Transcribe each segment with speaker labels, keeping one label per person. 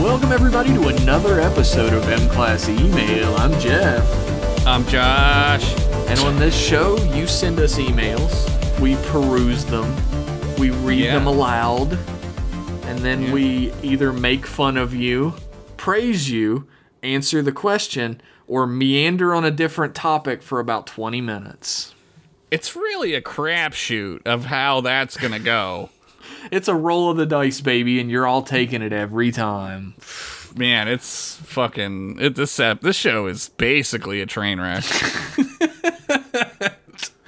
Speaker 1: Welcome, everybody, to another episode of M Class Email. I'm Jeff.
Speaker 2: I'm Um, Josh.
Speaker 1: And on this show, you send us emails, we peruse them, we read
Speaker 2: Yeah.
Speaker 1: them aloud, and then
Speaker 2: Yeah.
Speaker 1: we either make fun of you, praise you, answer the question, or meander on a different topic for about 20 minutes.
Speaker 2: It's really a crapshoot of how that's gonna go.
Speaker 1: It's a roll of the dice, baby, and you're all taking it every time.
Speaker 2: Man, it's fucking it, this ep- this show is basically a train wreck.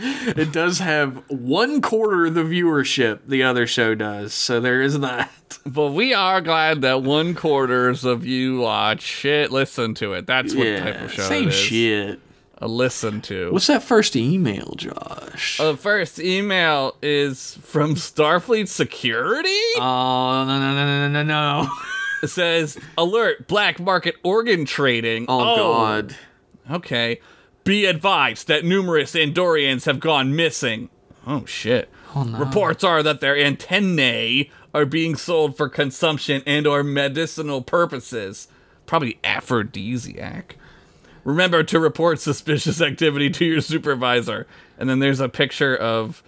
Speaker 1: It does have one quarter the viewership the other show does, so there is that.
Speaker 2: but we are glad that one quarters of you watch shit. Listen to it. That's what type of show
Speaker 1: same
Speaker 2: it is.
Speaker 1: shit.
Speaker 2: A listen to.
Speaker 1: What's that first email, Josh?
Speaker 2: the first email is from Starfleet Security.
Speaker 1: oh no no no no no no!
Speaker 2: It says, "Alert: Black market organ trading."
Speaker 1: Oh, God!
Speaker 2: Okay. Be advised that numerous Andorians have gone missing. Oh, shit. Reports are that their antennae are being sold for consumption and or medicinal purposes. Probably aphrodisiac. Remember to report suspicious activity to your supervisor. And then there's a picture of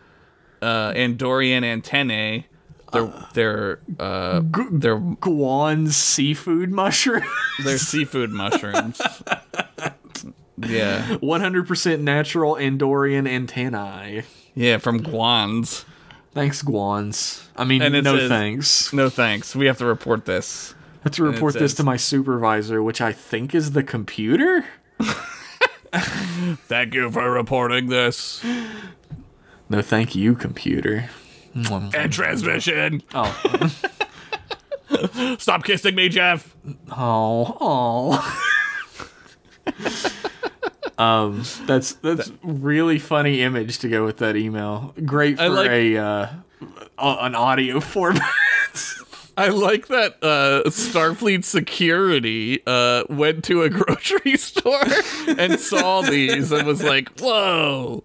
Speaker 2: uh, Andorian antennae. They're, they're, uh, they're
Speaker 1: Guan seafood mushroom,
Speaker 2: they're seafood mushrooms. yeah.
Speaker 1: one hundred percent natural Andorian antennae.
Speaker 2: Yeah, from Guan's.
Speaker 1: Thanks, Guans. I mean,
Speaker 2: And it
Speaker 1: no
Speaker 2: says-
Speaker 1: thanks.
Speaker 2: No thanks. We have to report this.
Speaker 1: I have to report this
Speaker 2: says-
Speaker 1: to my supervisor, which I think is the computer.
Speaker 2: Thank you for reporting this.
Speaker 1: No, thank you, computer.
Speaker 2: And transmission.
Speaker 1: Oh,
Speaker 2: Stop kissing me, Jeff.
Speaker 1: Oh, oh. um, that's that's really funny image to go with that email. Great for
Speaker 2: like-
Speaker 1: a uh, a- an audio format.
Speaker 2: I like that uh, Starfleet security uh, went to a grocery store and saw these and was like, whoa,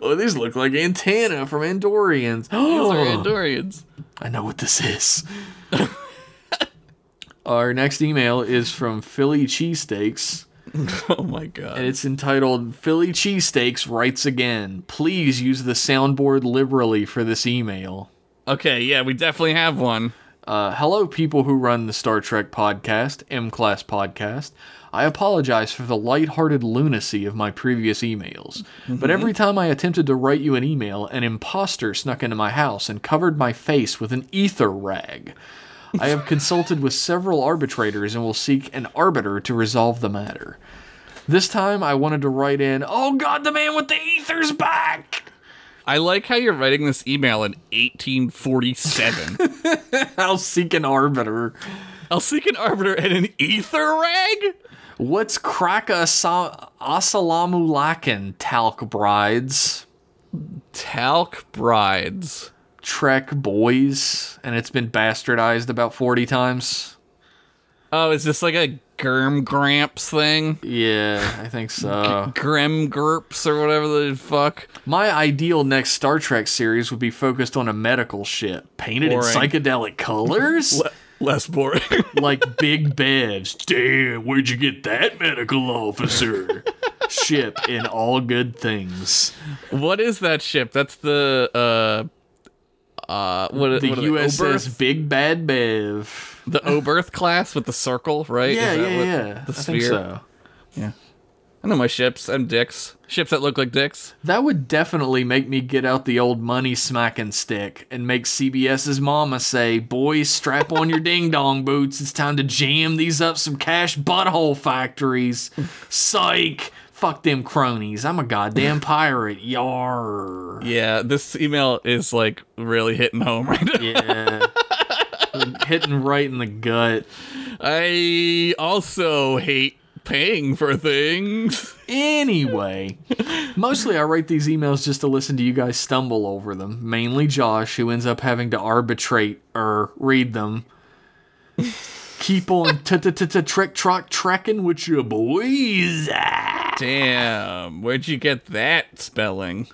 Speaker 1: oh, these look like antenna from Andorians.
Speaker 2: these are
Speaker 1: Oh,
Speaker 2: Andorians.
Speaker 1: I know what this is. Our next email is from Philly Cheesesteaks,
Speaker 2: Oh my
Speaker 1: and
Speaker 2: god.
Speaker 1: it's entitled "Philly Cheesesteaks Writes Again." Please use the soundboard liberally for this email.
Speaker 2: Okay, yeah, we definitely have one.
Speaker 1: Uh, hello, people who run the Star Trek podcast, M Class Podcast. I apologize for the lighthearted lunacy of my previous emails, but every time I attempted to write you an email, an imposter snuck into my house and covered my face with an ether rag. I have consulted with several arbitrators and will seek an arbiter to resolve the matter. This time I wanted to write in, Oh God, the man with the ether's back!
Speaker 2: I like how you're writing this email in 1847.
Speaker 1: I'll seek an arbiter.
Speaker 2: I'll seek an arbiter and an ether rag?
Speaker 1: What's crack asa- asalamu lakin, talc brides,
Speaker 2: Talc brides.
Speaker 1: trek boys, and it's been bastardized about 40 times?
Speaker 2: Oh, is this like a Germ Gramps thing?
Speaker 1: Yeah, I think so.
Speaker 2: Grim Gerps or whatever the fuck.
Speaker 1: My ideal next Star Trek series would be focused on a medical ship, painted
Speaker 2: Boring.
Speaker 1: in psychedelic colors,
Speaker 2: less boring.
Speaker 1: like big bevs. Damn, where'd you get that medical officer? ship in all good things.
Speaker 2: what is that ship? That's the uh uh what
Speaker 1: The
Speaker 2: what are they,
Speaker 1: USS
Speaker 2: Oberth?
Speaker 1: Big Bad Bev.
Speaker 2: the Oberth class with the circle, right?
Speaker 1: Yeah,
Speaker 2: Is that
Speaker 1: yeah,
Speaker 2: what-
Speaker 1: yeah.
Speaker 2: The
Speaker 1: I think
Speaker 2: sphere.
Speaker 1: so.
Speaker 2: I know my ships. I'm dicks. Ships that look like dicks.
Speaker 1: That would definitely make me get out the old money smacking stick and make CBS's mama say, Boys, strap on your ding dong boots. It's time to jam these up some cash butthole factories. Psych! Fuck them cronies. I'm a goddamn pirate. Yar.
Speaker 2: Yeah, this email is like really hitting home right now.
Speaker 1: Yeah. Hitting right in the gut.
Speaker 2: I also hate paying for things.
Speaker 1: Anyway, mostly I write these emails just to listen to you guys stumble over them. Mainly Josh, who ends up having to arbitrate or read them. Keep on t t t trek trock trekking with your boys.
Speaker 2: Damn, where'd you get that spelling?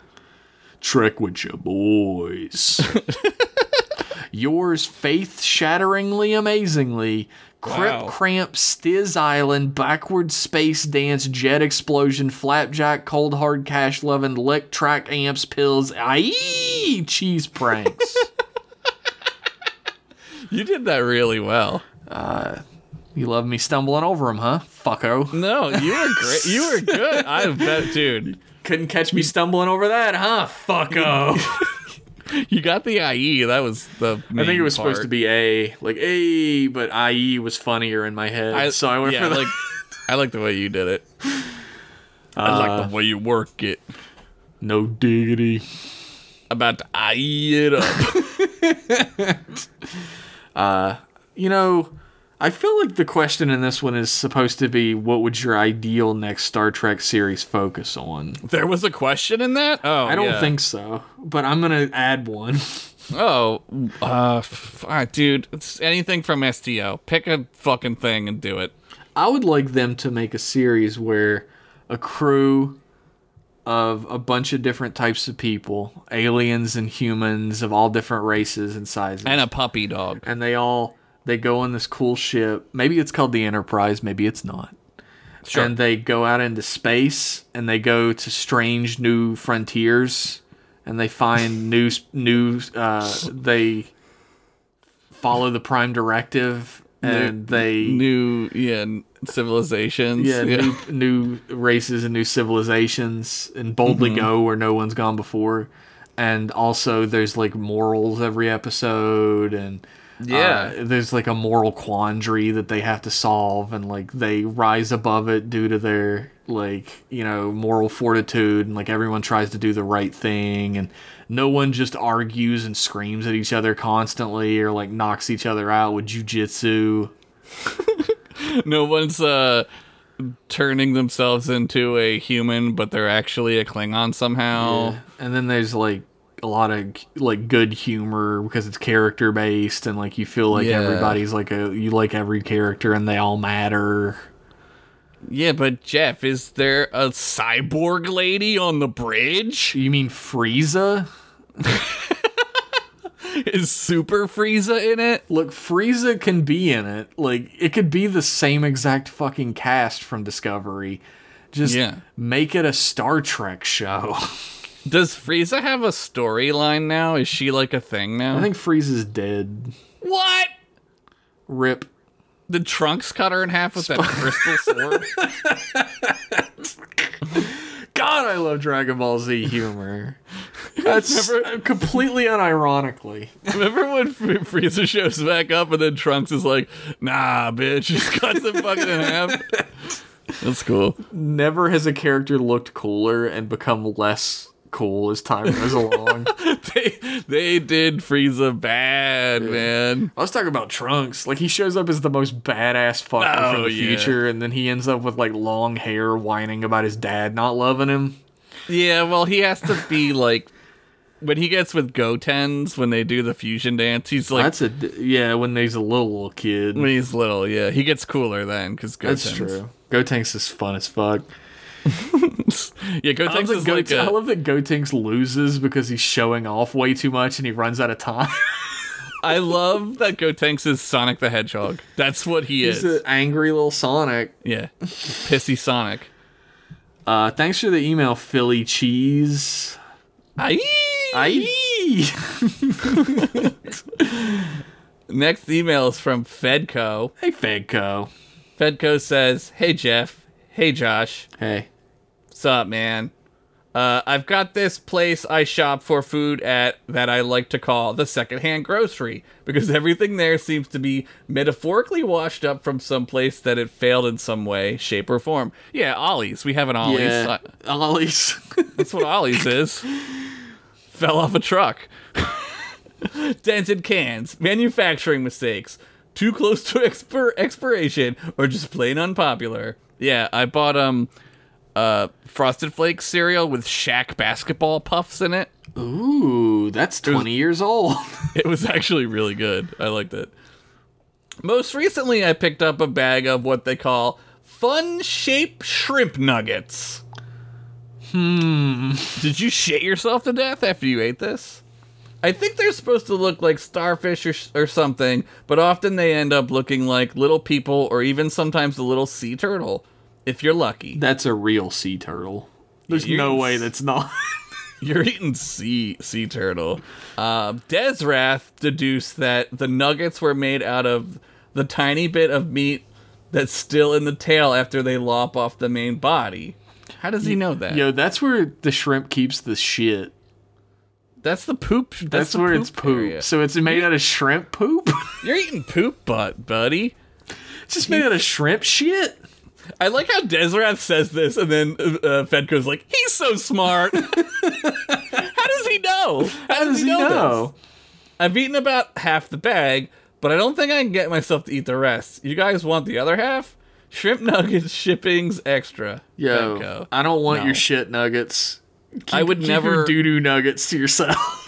Speaker 1: Trek with your boys. Yours faith shatteringly amazingly, Crip
Speaker 2: Wow.
Speaker 1: Cramp, Stiz Island, Backward Space Dance, Jet Explosion, Flapjack, Cold Hard Cash Lovin', Lick Track Amps, Pills, Aye, Cheese Pranks.
Speaker 2: You did that really well.
Speaker 1: you love me stumbling over them, huh? Fucko.
Speaker 2: No, you were great. You were good. I bet, dude.
Speaker 1: Couldn't catch me stumbling over that, huh? Fucko.
Speaker 2: You got the IE. That was the.
Speaker 1: I think it was supposed to be A, like A, but IE was funnier in my head, so I went
Speaker 2: yeah,
Speaker 1: for the.
Speaker 2: Like, I like the way you did it. I
Speaker 1: Uh,
Speaker 2: like the way you work it.
Speaker 1: no diggity.
Speaker 2: About to IE it up.
Speaker 1: You know, I feel like the question in this one is supposed to be, what would your ideal next Star Trek series focus on?
Speaker 2: there was a question in that. Oh,
Speaker 1: I don't
Speaker 2: yeah.
Speaker 1: think so, but I'm gonna add one.
Speaker 2: Oh, uh, f- all right, dude. It's anything from STO. Pick a fucking thing and do it.
Speaker 1: I would like them to make a series where a crew of a bunch of different types of people, aliens and humans of all different races and sizes,
Speaker 2: And a puppy dog.
Speaker 1: and they all they go on this cool ship. Maybe it's called the Enterprise, maybe it's not.
Speaker 2: Sure.
Speaker 1: And they go out into space and they go to strange new frontiers and they find new s- new uh, they follow the prime directive and they
Speaker 2: New, yeah, n- civilizations.
Speaker 1: yeah, New, new races and new civilizations and boldly go where no one's gone before and also there's like morals every episode and uh,
Speaker 2: Yeah.
Speaker 1: there's like a moral quandary that they have to solve and like they rise above it due to their like you know moral fortitude and like everyone tries to do the right thing and no one just argues and screams at each other constantly or like knocks each other out with jujitsu
Speaker 2: no one's uh turning themselves into a human but they're actually a klingon somehow
Speaker 1: And then there's like a lot of like good humor because it's character based and like you feel like
Speaker 2: Yeah.
Speaker 1: everybody's like a you like every character and they all matter.
Speaker 2: yeah. but jeff is there a cyborg lady on the bridge
Speaker 1: You mean Frieza?
Speaker 2: is super frieza in it
Speaker 1: Look, Frieza can be in it. Like it could be the same exact fucking cast from Discovery. Just
Speaker 2: Yeah.
Speaker 1: make it a Star Trek show.
Speaker 2: does frieza have a storyline now is she like a thing now
Speaker 1: I think Frieza's dead.
Speaker 2: what
Speaker 1: Rip.
Speaker 2: the trunks cut her in half with that crystal sword
Speaker 1: God, I love Dragon Ball Z humor. That's completely unironically.
Speaker 2: remember when Fr- frieza shows back up and then trunks is like nah bitch just cuts it fucking in half that's cool
Speaker 1: Never has a character looked cooler and become less cool as time goes along.
Speaker 2: they they did Frieza bad, man.
Speaker 1: Let's talk about Trunks. Like he shows up as the most badass fucker from
Speaker 2: Oh,
Speaker 1: the
Speaker 2: yeah.
Speaker 1: future, and then he ends up with like long hair, whining about his dad not loving him.
Speaker 2: Yeah, well, he has to be like when he gets with Goten's when they do the fusion dance. He's like
Speaker 1: That's a d- yeah. When he's a little little kid,
Speaker 2: when he's little. Yeah, he gets cooler then because Goten's.
Speaker 1: that's true. Gotenks is fun as fuck.
Speaker 2: yeah,
Speaker 1: I love,
Speaker 2: Goten's
Speaker 1: that
Speaker 2: is
Speaker 1: Goten-
Speaker 2: like
Speaker 1: I
Speaker 2: a,
Speaker 1: love that Gotenks loses because he's showing off way too much and he runs out of time.
Speaker 2: I love that Goten's is Sonic the Hedgehog. That's what he
Speaker 1: he's
Speaker 2: is.
Speaker 1: an angry little Sonic.
Speaker 2: yeah, pissy Sonic.
Speaker 1: Uh, thanks for the email, Philly Cheese.
Speaker 2: Aye.
Speaker 1: Aye.
Speaker 2: Next email is from Fedco.
Speaker 1: Hey, Fedco.
Speaker 2: Fedco says, "Hey Jeff, hey Josh."
Speaker 1: Hey.
Speaker 2: What's up, man? Uh, I've got this place I shop for food at that I like to call the secondhand grocery because everything there seems to be metaphorically washed up from some place that it failed in some way, shape, or form. Yeah, Ollie's. We have an Ollie's.
Speaker 1: Yeah.
Speaker 2: Uh,
Speaker 1: Ollie's.
Speaker 2: That's what Ollie's is. Fell off a truck. Dented cans, manufacturing mistakes, too close to expir- expiration, or just plain unpopular. Yeah, I bought um, uh, Frosted Flakes cereal with Shaq basketball puffs in it.
Speaker 1: Ooh, that's 20 years old.
Speaker 2: It was actually really good. I liked it. Most recently, I picked up a bag of what they call fun shape shrimp nuggets. Hmm. Did you shit yourself to death after you ate this? I think they're supposed to look like starfish or, or something, but often they end up looking like little people or even sometimes a little sea turtle, if you're lucky.
Speaker 1: That's a real sea turtle. There's
Speaker 2: You-
Speaker 1: no way that's not.
Speaker 2: You're eating sea sea turtle. Uh, Desrath deduced that the nuggets were made out of the tiny bit of meat that's still in the tail after they lop off the main body. How does he know that?
Speaker 1: Yo, that's where the shrimp keeps the shit.
Speaker 2: That's the poop. That's,
Speaker 1: That's,
Speaker 2: the
Speaker 1: where it's poop.
Speaker 2: area.
Speaker 1: So it's made out of shrimp poop?
Speaker 2: You're eating poop butt, buddy.
Speaker 1: it's just made out of shrimp shit?
Speaker 2: I like how Desrath says this, and then uh, uh, Fedko's like, "He's so smart. how does he know?
Speaker 1: How does he know?
Speaker 2: this? I've eaten about half the bag, but I don't think I can get myself to eat the rest. You guys want the other half? Shrimp nuggets, shippings extra.
Speaker 1: Yo,
Speaker 2: Fedko.
Speaker 1: I don't want
Speaker 2: No.
Speaker 1: your shit nuggets. Keep,
Speaker 2: I would never-
Speaker 1: doo doo nuggets to yourself.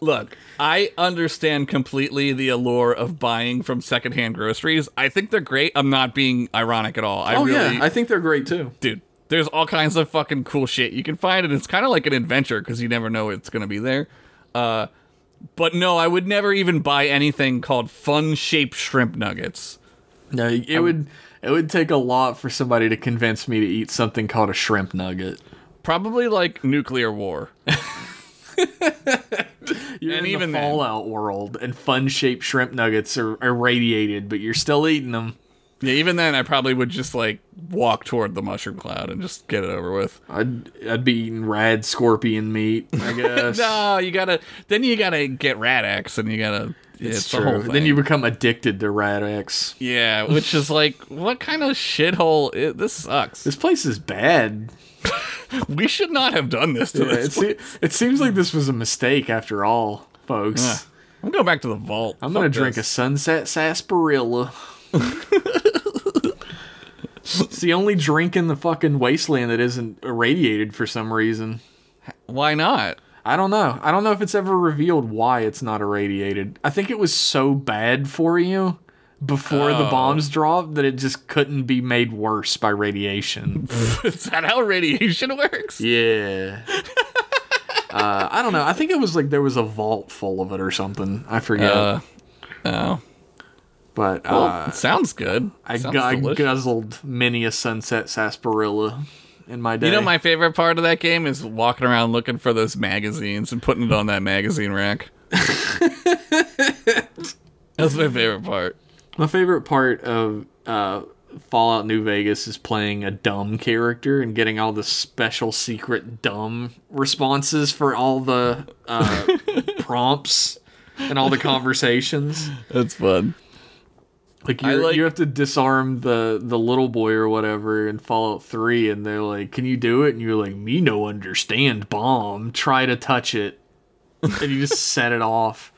Speaker 2: Look, I understand completely the allure of buying from secondhand groceries. I think they're great. I'm not being ironic at all. I
Speaker 1: oh
Speaker 2: really,
Speaker 1: yeah, I think they're great too.
Speaker 2: dude, there's all kinds of fucking cool shit you can find, and it's kind of like an adventure because you never know it's gonna be there. Uh, but no, I would never even buy anything called fun shaped shrimp nuggets.
Speaker 1: No, it would it would take a lot for somebody to convince me to eat something called a shrimp nugget.
Speaker 2: Probably like nuclear war.
Speaker 1: You're
Speaker 2: And
Speaker 1: in
Speaker 2: even
Speaker 1: the
Speaker 2: then-
Speaker 1: Fallout world, and fun shaped shrimp nuggets are irradiated, but you're still eating them.
Speaker 2: yeah, even then, I probably would just like walk toward the mushroom cloud and just get it over with.
Speaker 1: I'd I'd be eating rad scorpion meat. I guess
Speaker 2: No, you gotta. Then you gotta get Radix, and you gotta. It's,
Speaker 1: it's,
Speaker 2: the
Speaker 1: true.
Speaker 2: whole
Speaker 1: Then
Speaker 2: thing.
Speaker 1: you become addicted to rad X.
Speaker 2: Yeah, which is like, what kind of shithole? i this sucks.
Speaker 1: This place is bad.
Speaker 2: We should not have done this to
Speaker 1: Yeah, it,
Speaker 2: this.
Speaker 1: se- it seems like this was a mistake after all, folks.
Speaker 2: place. I'm going back to the vault.
Speaker 1: I'm gonna drink a sunset sarsaparilla. it's the only drink in the fucking wasteland that isn't irradiated for some reason.
Speaker 2: a. Why not?
Speaker 1: I don't know. I don't know if it's ever revealed why it's not irradiated. I think it was so bad for you before the
Speaker 2: Oh.
Speaker 1: bombs dropped that it just couldn't be made worse by radiation.
Speaker 2: is that how radiation works?
Speaker 1: yeah. Uh, I don't know. I think it was like there was a vault full of it or something. I forget.
Speaker 2: Uh, oh,
Speaker 1: but
Speaker 2: well,
Speaker 1: uh,
Speaker 2: it sounds good.
Speaker 1: I,
Speaker 2: Sounds
Speaker 1: gu- I
Speaker 2: delicious.
Speaker 1: guzzled many a sunset sarsaparilla in my day.
Speaker 2: You know, my favorite part of that game is walking around looking for those magazines and putting it on that magazine rack. That's my favorite part.
Speaker 1: My favorite part of uh, Fallout New Vegas is playing a dumb character and getting all the special secret dumb responses for all the uh, prompts and all the conversations.
Speaker 2: That's fun.
Speaker 1: Like,
Speaker 2: I
Speaker 1: you
Speaker 2: like-
Speaker 1: you have to disarm the the little boy or whatever in Fallout Three, and they're like, "Can you do it?" And you're like, "Me no understand bomb. Try to touch it," and you just set it off.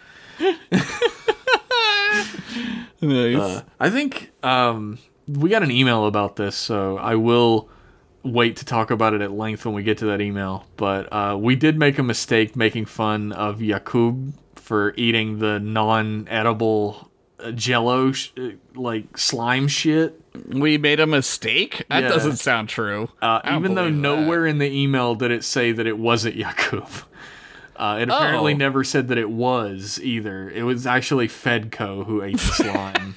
Speaker 2: Nice.
Speaker 1: I think um, we got an email about this, so I will wait to talk about it at length when we get to that email. But uh, we did make a mistake making fun of Yakub for eating the non-edible uh, Jello sh- uh, like slime shit.
Speaker 2: we made a mistake? That
Speaker 1: Yeah.
Speaker 2: doesn't sound true.
Speaker 1: Uh,
Speaker 2: I don't
Speaker 1: even though
Speaker 2: believe that.
Speaker 1: nowhere in the email did it say that it wasn't Yakub. Uh, it apparently
Speaker 2: Oh.
Speaker 1: never said that it was either. It was actually Fedco who ate the slime.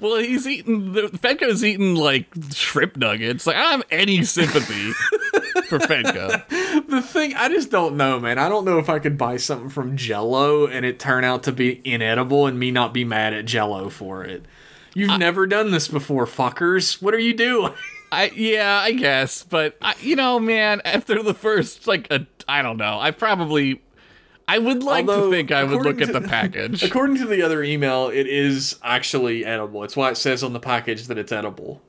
Speaker 2: Well, he's eating. The, Fedko's eating like shrimp nuggets. Like I don't have any sympathy for Fedko.
Speaker 1: The thing I just don't know, man. I don't know if I could buy something from Jello and it turn out to be inedible and me not be mad at Jello for it. You've never done this before, fuckers. What are you doing?
Speaker 2: I yeah, I guess, but I, you know, man, after the first like a, I don't know. I probably, I would like
Speaker 1: Although,
Speaker 2: to think I would look
Speaker 1: according
Speaker 2: at the
Speaker 1: to-
Speaker 2: package.
Speaker 1: According to the other email, it is actually edible. It's why it says on the package that it's edible.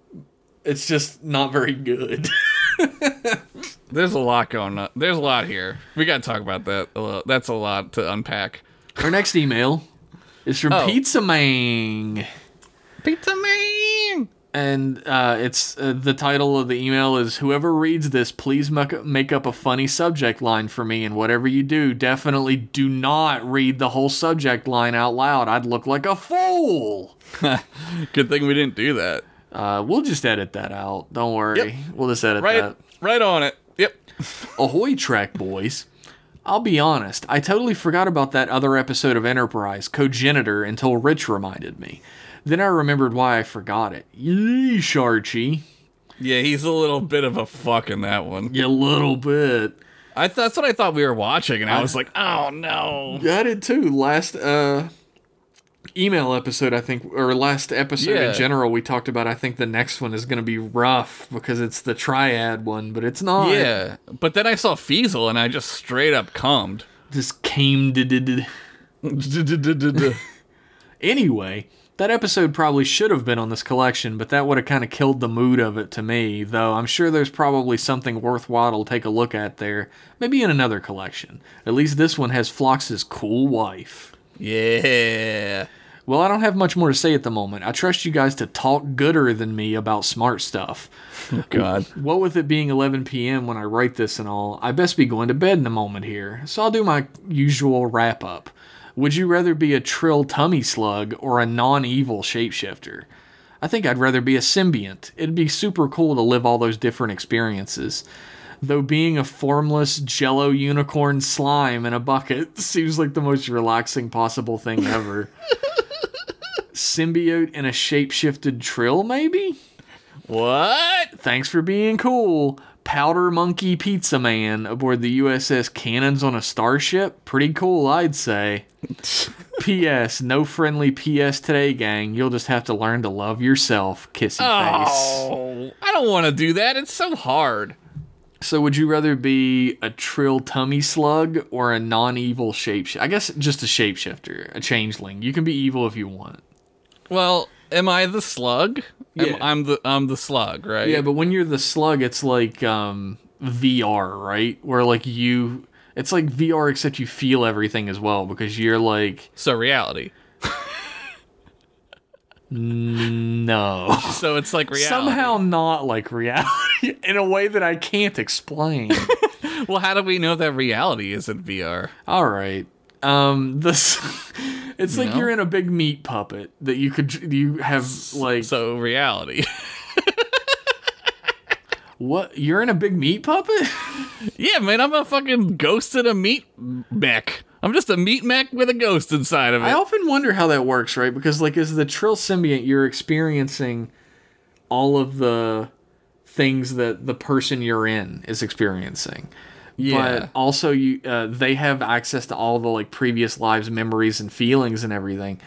Speaker 1: It's just not very good.
Speaker 2: There's a lot going on. There's a lot here. We gotta talk about that. A lot. That's a lot to unpack.
Speaker 1: Our next email is from
Speaker 2: Oh.
Speaker 1: Pizza Mang.
Speaker 2: Pizza man.
Speaker 1: and uh, it's uh, the title of the email is whoever reads this please muck- make up a funny subject line for me and whatever you do definitely do not read the whole subject line out loud i'd look like a fool
Speaker 2: Good thing we didn't do that.
Speaker 1: uh, we'll just edit that out don't worry
Speaker 2: Yep.
Speaker 1: we'll just edit
Speaker 2: Right,
Speaker 1: that
Speaker 2: right on it. Yep.
Speaker 1: ahoy track boys I'll be honest, I totally forgot about that other episode of Enterprise, Cogenitor, until Rich reminded me. Then I remembered why I forgot it. Yeesh, Archie.
Speaker 2: Yeah, he's a little bit of a fuck in that one.
Speaker 1: You little bit.
Speaker 2: I th- that's what I thought we were watching, and I was like, oh no.
Speaker 1: Yeah, I did too. Last uh, email episode, I think, or last episode
Speaker 2: Yeah.
Speaker 1: in general, we talked about. I think the next one is going to be rough because it's the triad one, but it's not.
Speaker 2: Yeah, but then I saw Feasel, and I just straight up cummed.
Speaker 1: just came. to Anyway, that episode probably should have been on this collection, but that would have kind of killed the mood of it to me, though I'm sure there's probably something worthwhile to take a look at there, maybe in another collection. At least this one has Flox's cool wife.
Speaker 2: yeah.
Speaker 1: Well, I don't have much more to say at the moment. I trust you guys to talk gooder than me about smart stuff.
Speaker 2: God.
Speaker 1: What with it being 11 p.m. when I write this and all, I best be going to bed in a moment here, so I'll do my usual wrap up. Would you rather be a trill tummy slug or a non evil shapeshifter? I think I'd rather be a symbiont. It'd be super cool to live all those different experiences. Though being a formless jello unicorn slime in a bucket seems like the most relaxing possible thing ever. Symbiote and a shapeshifted trill, maybe?
Speaker 2: What?
Speaker 1: Thanks for being cool. Powder Monkey Pizza Man aboard the USS Cannons on a Starship. Pretty cool, I'd say. P.S. No friendly P.S. today, gang. You'll just have to learn to love yourself. Kissy face.
Speaker 2: Oh, I don't want to do that. It's so hard.
Speaker 1: So, would you rather be a Trill Tummy Slug or a non evil shapeshifter? I guess just a shapeshifter, a changeling. You can be evil if you want.
Speaker 2: Well, am I the slug? Am-
Speaker 1: Yeah.
Speaker 2: I'm the I'm the slug, right?
Speaker 1: Yeah, but when you're the slug, it's like um, VR, right? Where like you, it's like VR except you feel everything as well because you're like
Speaker 2: So reality.
Speaker 1: no,
Speaker 2: So it's like reality.
Speaker 1: somehow not like reality in a way that I can't explain.
Speaker 2: Well, how do we know that reality isn't VR?
Speaker 1: All right, um, this it's like
Speaker 2: No.
Speaker 1: you're in a big meat puppet that you could you have like
Speaker 2: So reality.
Speaker 1: what you're in a big meat puppet.
Speaker 2: yeah, man, I'm a fucking ghost in a meat mech. I'm just a meat mech with a ghost inside of it.
Speaker 1: I often wonder how that works, right? Because like as the Trill symbiote, you're experiencing all of the things that the person you're in is experiencing.
Speaker 2: yeah.
Speaker 1: But also you uh, they have access to all the like previous lives, memories and feelings and everything.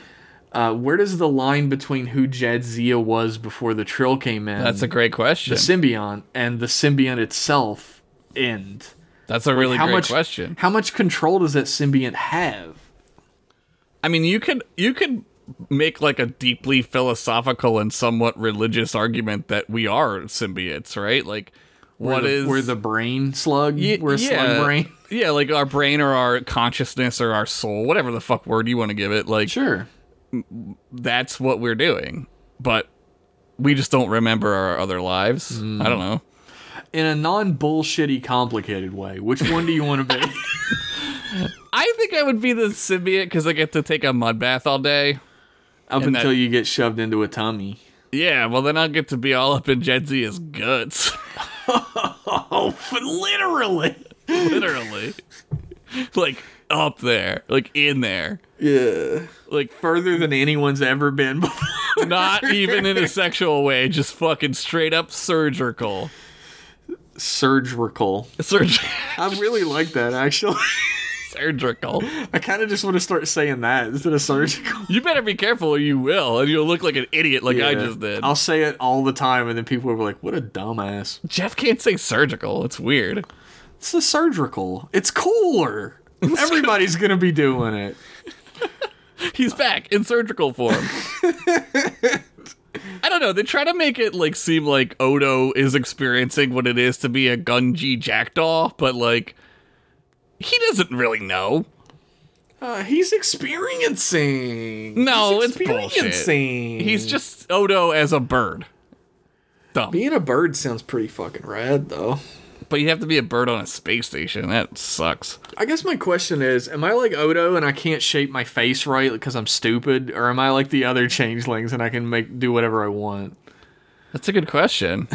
Speaker 1: Uh, where does the line between who Jadzia was before the Trill came in
Speaker 2: That's a great question.
Speaker 1: the symbiont and the symbiont itself end?
Speaker 2: That's a really
Speaker 1: how
Speaker 2: great
Speaker 1: much
Speaker 2: question.
Speaker 1: How much control does that symbiont have?
Speaker 2: I mean, you could you could make like a deeply philosophical and somewhat religious argument that we are symbiotes, right? Like,
Speaker 1: we're
Speaker 2: what
Speaker 1: the,
Speaker 2: is
Speaker 1: we're the brain slug?
Speaker 2: Y-
Speaker 1: we're a slug brain.
Speaker 2: Yeah, like our brain or our consciousness or our soul, whatever the fuck word you want to give it. Like
Speaker 1: Sure.
Speaker 2: that's what we're doing, but we just don't remember our other lives.
Speaker 1: Mm.
Speaker 2: I don't know.
Speaker 1: In a non bullshitty complicated way, which one do you want to be?
Speaker 2: I think I would be the symbiote because I get to take a mud bath all day.
Speaker 1: Up
Speaker 2: And that-
Speaker 1: until you get shoved into a tummy.
Speaker 2: Yeah, well then I'll get to be all up in Jedzia's guts,
Speaker 1: Oh, literally.
Speaker 2: literally, like up there, like in there,
Speaker 1: Yeah.
Speaker 2: like
Speaker 1: Further than anyone's ever been before.
Speaker 2: not even in a sexual way, just fucking straight up surgical.
Speaker 1: Surgical.
Speaker 2: Surg-
Speaker 1: I really like that, actually.
Speaker 2: surgical.
Speaker 1: I kind of just want to start saying that instead of surgical.
Speaker 2: You better be careful or you will, and you'll look like an idiot like I
Speaker 1: Yeah.
Speaker 2: just did.
Speaker 1: I'll say it all the time, and then people will be like, what a dumbass.
Speaker 2: Jeff can't say surgical. It's weird.
Speaker 1: It's a surgical. It's cooler. Everybody's going to be doing it.
Speaker 2: He's back in surgical form. I don't know. They try to make it like seem like Odo is experiencing what it is to be a gunji jackdaw, but like he doesn't really know.
Speaker 1: Uh, he's experiencing.
Speaker 2: No,
Speaker 1: he's
Speaker 2: it's bullshit.
Speaker 1: experiencing.
Speaker 2: He's just Odo as a bird. Dumb.
Speaker 1: being a bird sounds pretty fucking rad, though.
Speaker 2: But you have to be a bird on a space station. That sucks.
Speaker 1: I guess my question is: Am I like Odo and I can't shape my face right because I'm stupid, or am I like the other changelings and I can make do whatever I want?
Speaker 2: That's a good question.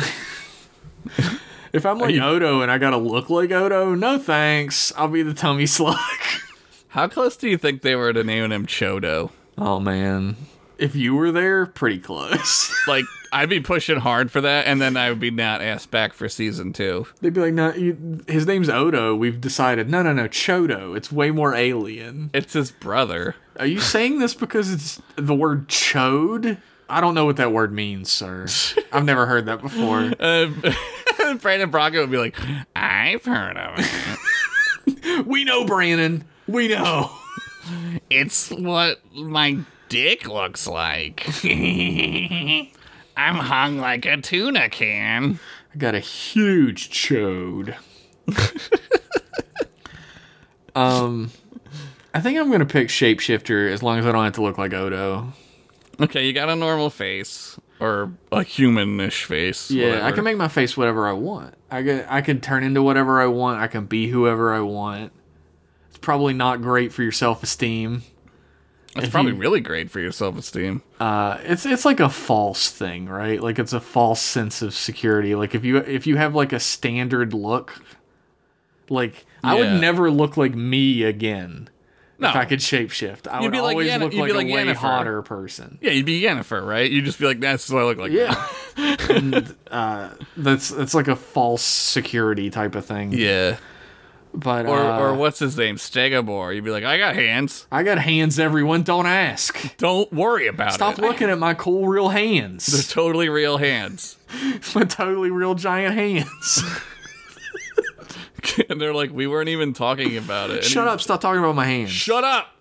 Speaker 1: If I'm like Odo and I gotta look like Odo, no thanks. I'll be the tummy slug.
Speaker 2: How close do you think they were to naming him Chodo?
Speaker 1: oh man. If you were there, pretty close.
Speaker 2: Like, I'd be pushing hard for that, and then I would be not asked back for season two.
Speaker 1: They'd be like, no, you, his name's Odo. We've decided. No, no, no, Chodo. It's way more alien.
Speaker 2: It's his brother.
Speaker 1: Are you saying this because it's the word chode? I don't know what that word means, sir. I've never heard that before.
Speaker 2: Uh, Brandon Braga would be like, I've heard of it.
Speaker 1: We know, Brandon. We know.
Speaker 2: It's what my dick looks like. I'm hung like a tuna can.
Speaker 1: I got a huge chode. um, I think I'm gonna pick shapeshifter as long as I don't have to look like Odo.
Speaker 2: Okay, you got a normal face or a humanish face.
Speaker 1: Yeah, I
Speaker 2: whatever.
Speaker 1: can make my face whatever I want. I can I can turn into whatever I want. I can be whoever I want. It's probably not great for your self esteem.
Speaker 2: That's probably really great for your self-esteem.
Speaker 1: Uh, it's it's like a false thing, right? Like it's a false sense of security. Like if you if you have like a standard look, like I
Speaker 2: Yeah.
Speaker 1: would never look like me again
Speaker 2: No,
Speaker 1: if I could shapeshift. I
Speaker 2: You'd
Speaker 1: would
Speaker 2: be like
Speaker 1: always
Speaker 2: Yana-
Speaker 1: look
Speaker 2: you'd
Speaker 1: like,
Speaker 2: be
Speaker 1: a
Speaker 2: like
Speaker 1: way
Speaker 2: Yennefer.
Speaker 1: hotter person.
Speaker 2: yeah, you'd be Yennefer, right? You'd just be like, "That's what I look like."
Speaker 1: Yeah. and uh, that's that's like a false security type of thing.
Speaker 2: yeah.
Speaker 1: But
Speaker 2: Or,
Speaker 1: uh,
Speaker 2: or what's his name, Stegobor? You'd be like, "I got hands.
Speaker 1: I got hands, everyone. Don't ask.
Speaker 2: Don't worry about
Speaker 1: Stop
Speaker 2: it.
Speaker 1: looking at my cool, real
Speaker 2: They're
Speaker 1: hands.
Speaker 2: totally real hands."
Speaker 1: my totally real giant hands.
Speaker 2: and they're like, "We weren't even talking about it." And
Speaker 1: Shut
Speaker 2: he-
Speaker 1: up. Stop talking about my hands.
Speaker 2: Shut up.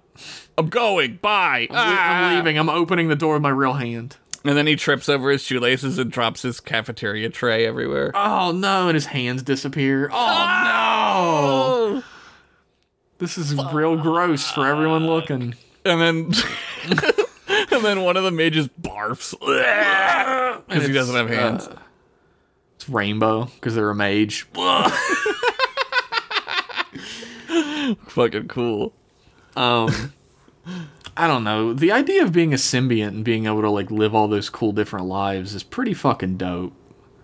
Speaker 2: I'm going. Bye.
Speaker 1: I'm
Speaker 2: Ah.
Speaker 1: leaving. I'm opening the door with my real hand.
Speaker 2: And then he trips over his shoelaces and drops his cafeteria tray everywhere.
Speaker 1: Oh no! And his hands disappear. Oh no!
Speaker 2: Oh.
Speaker 1: This is real gross for everyone looking.
Speaker 2: And then and then one of the mages barfs. Because
Speaker 1: It's,
Speaker 2: he
Speaker 1: uh,
Speaker 2: doesn't have hands.
Speaker 1: It's rainbow because they're a mage.
Speaker 2: Fucking cool.
Speaker 1: Um, I don't know. The idea of being a symbiont and being able to like live all those cool different lives is pretty fucking dope.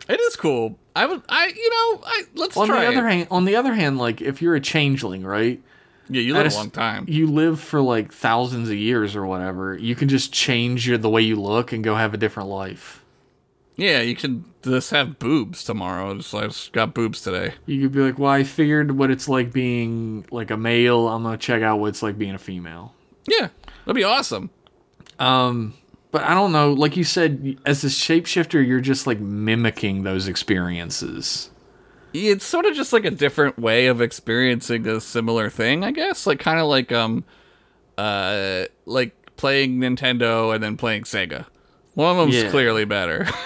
Speaker 2: It is cool. I would I you know, I let's
Speaker 1: On
Speaker 2: try
Speaker 1: the
Speaker 2: it.
Speaker 1: other hand, on the other hand, like if you're a changeling, right?
Speaker 2: yeah, you live
Speaker 1: That is-
Speaker 2: a long time.
Speaker 1: You live for like thousands of years or whatever. You can just change your, the way you look and go have a different life.
Speaker 2: Yeah, you can just have boobs tomorrow. Just like, I just got boobs today.
Speaker 1: You could be like, "Well, I figured what it's like being like a male. I'm gonna check out what it's like being a female."
Speaker 2: Yeah. That'd be awesome.
Speaker 1: Um, but I don't know. Like you said, as a shapeshifter, you're just like mimicking those experiences.
Speaker 2: it's sort of just like a different way of experiencing a similar thing, I guess. Like kind of like um, uh, like playing Nintendo and then playing Sega. One of them's
Speaker 1: Yeah.
Speaker 2: clearly better.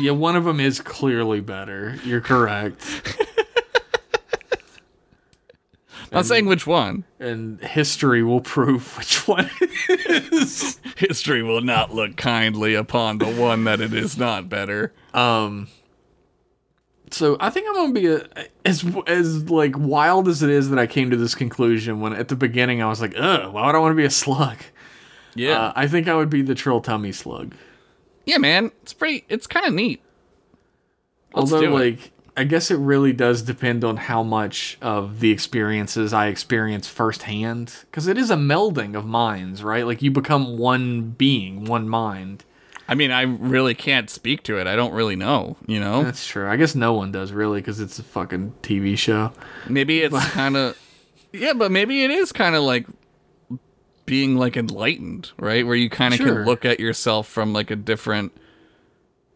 Speaker 1: Yeah, one of them is clearly better. You're correct.
Speaker 2: Not saying which one.
Speaker 1: and history will prove which one it is.
Speaker 2: History will not look kindly upon the one that it is not better.
Speaker 1: Um, so I think I'm gonna be a, as as like wild as it is that I came to this conclusion when at the beginning I was like, ugh, why would I want to be a slug?
Speaker 2: Yeah,
Speaker 1: Uh, I think I would be the Trill Tummy Slug.
Speaker 2: yeah, man. It's pretty. It's kind of neat. Let's
Speaker 1: Although,
Speaker 2: do it.
Speaker 1: like, I guess it really does depend on how much of the experiences I experience firsthand, because it is a melding of minds, right? Like you become one being, one mind.
Speaker 2: I mean, I really can't speak to it. I don't really know. You know,
Speaker 1: That's true. I guess no one does really, because it's a fucking TV show.
Speaker 2: maybe it's kind of. Yeah, but maybe it is kind of like being like enlightened, right? Where you kind of
Speaker 1: Sure.
Speaker 2: can look at yourself from like a different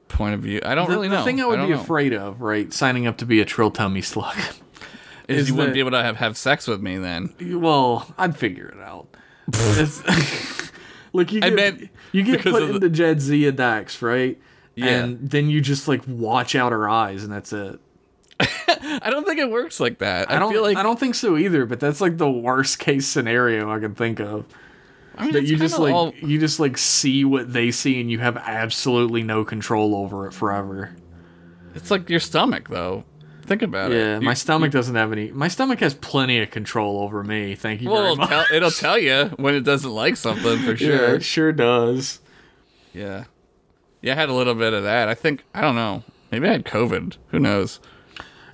Speaker 2: point of view. I don't
Speaker 1: The,
Speaker 2: really
Speaker 1: the
Speaker 2: know.
Speaker 1: thing I would
Speaker 2: don't
Speaker 1: be
Speaker 2: know.
Speaker 1: afraid of, right, signing up to be a Trill Tummy Slug.
Speaker 2: is,
Speaker 1: is
Speaker 2: you
Speaker 1: that-
Speaker 2: wouldn't be able to have, have sex with me then.
Speaker 1: well, I'd figure it out. It's- like you
Speaker 2: I
Speaker 1: get,
Speaker 2: meant
Speaker 1: you get
Speaker 2: because
Speaker 1: put
Speaker 2: of the-
Speaker 1: into Jedzia Dax, right?
Speaker 2: Yeah.
Speaker 1: And then you just like watch out her eyes, and that's it.
Speaker 2: I don't think it works like that. I,
Speaker 1: I don't
Speaker 2: feel like
Speaker 1: I don't think so either, but that's like the worst case scenario I can think of.
Speaker 2: I mean,
Speaker 1: That
Speaker 2: it's
Speaker 1: you just
Speaker 2: kinda
Speaker 1: like
Speaker 2: all-
Speaker 1: you just like see what they see and you have absolutely no control over it forever.
Speaker 2: it's like your stomach though. Think about it.
Speaker 1: Yeah,
Speaker 2: You-
Speaker 1: my stomach doesn't have any my stomach has plenty of control over me. Thank you
Speaker 2: well,
Speaker 1: very
Speaker 2: it'll
Speaker 1: much.
Speaker 2: tell, it'll tell you when it doesn't like something for
Speaker 1: Yeah,
Speaker 2: sure.
Speaker 1: it sure does.
Speaker 2: Yeah. Yeah, I had a little bit of that. I think I don't know. Maybe I had COVID. Who knows?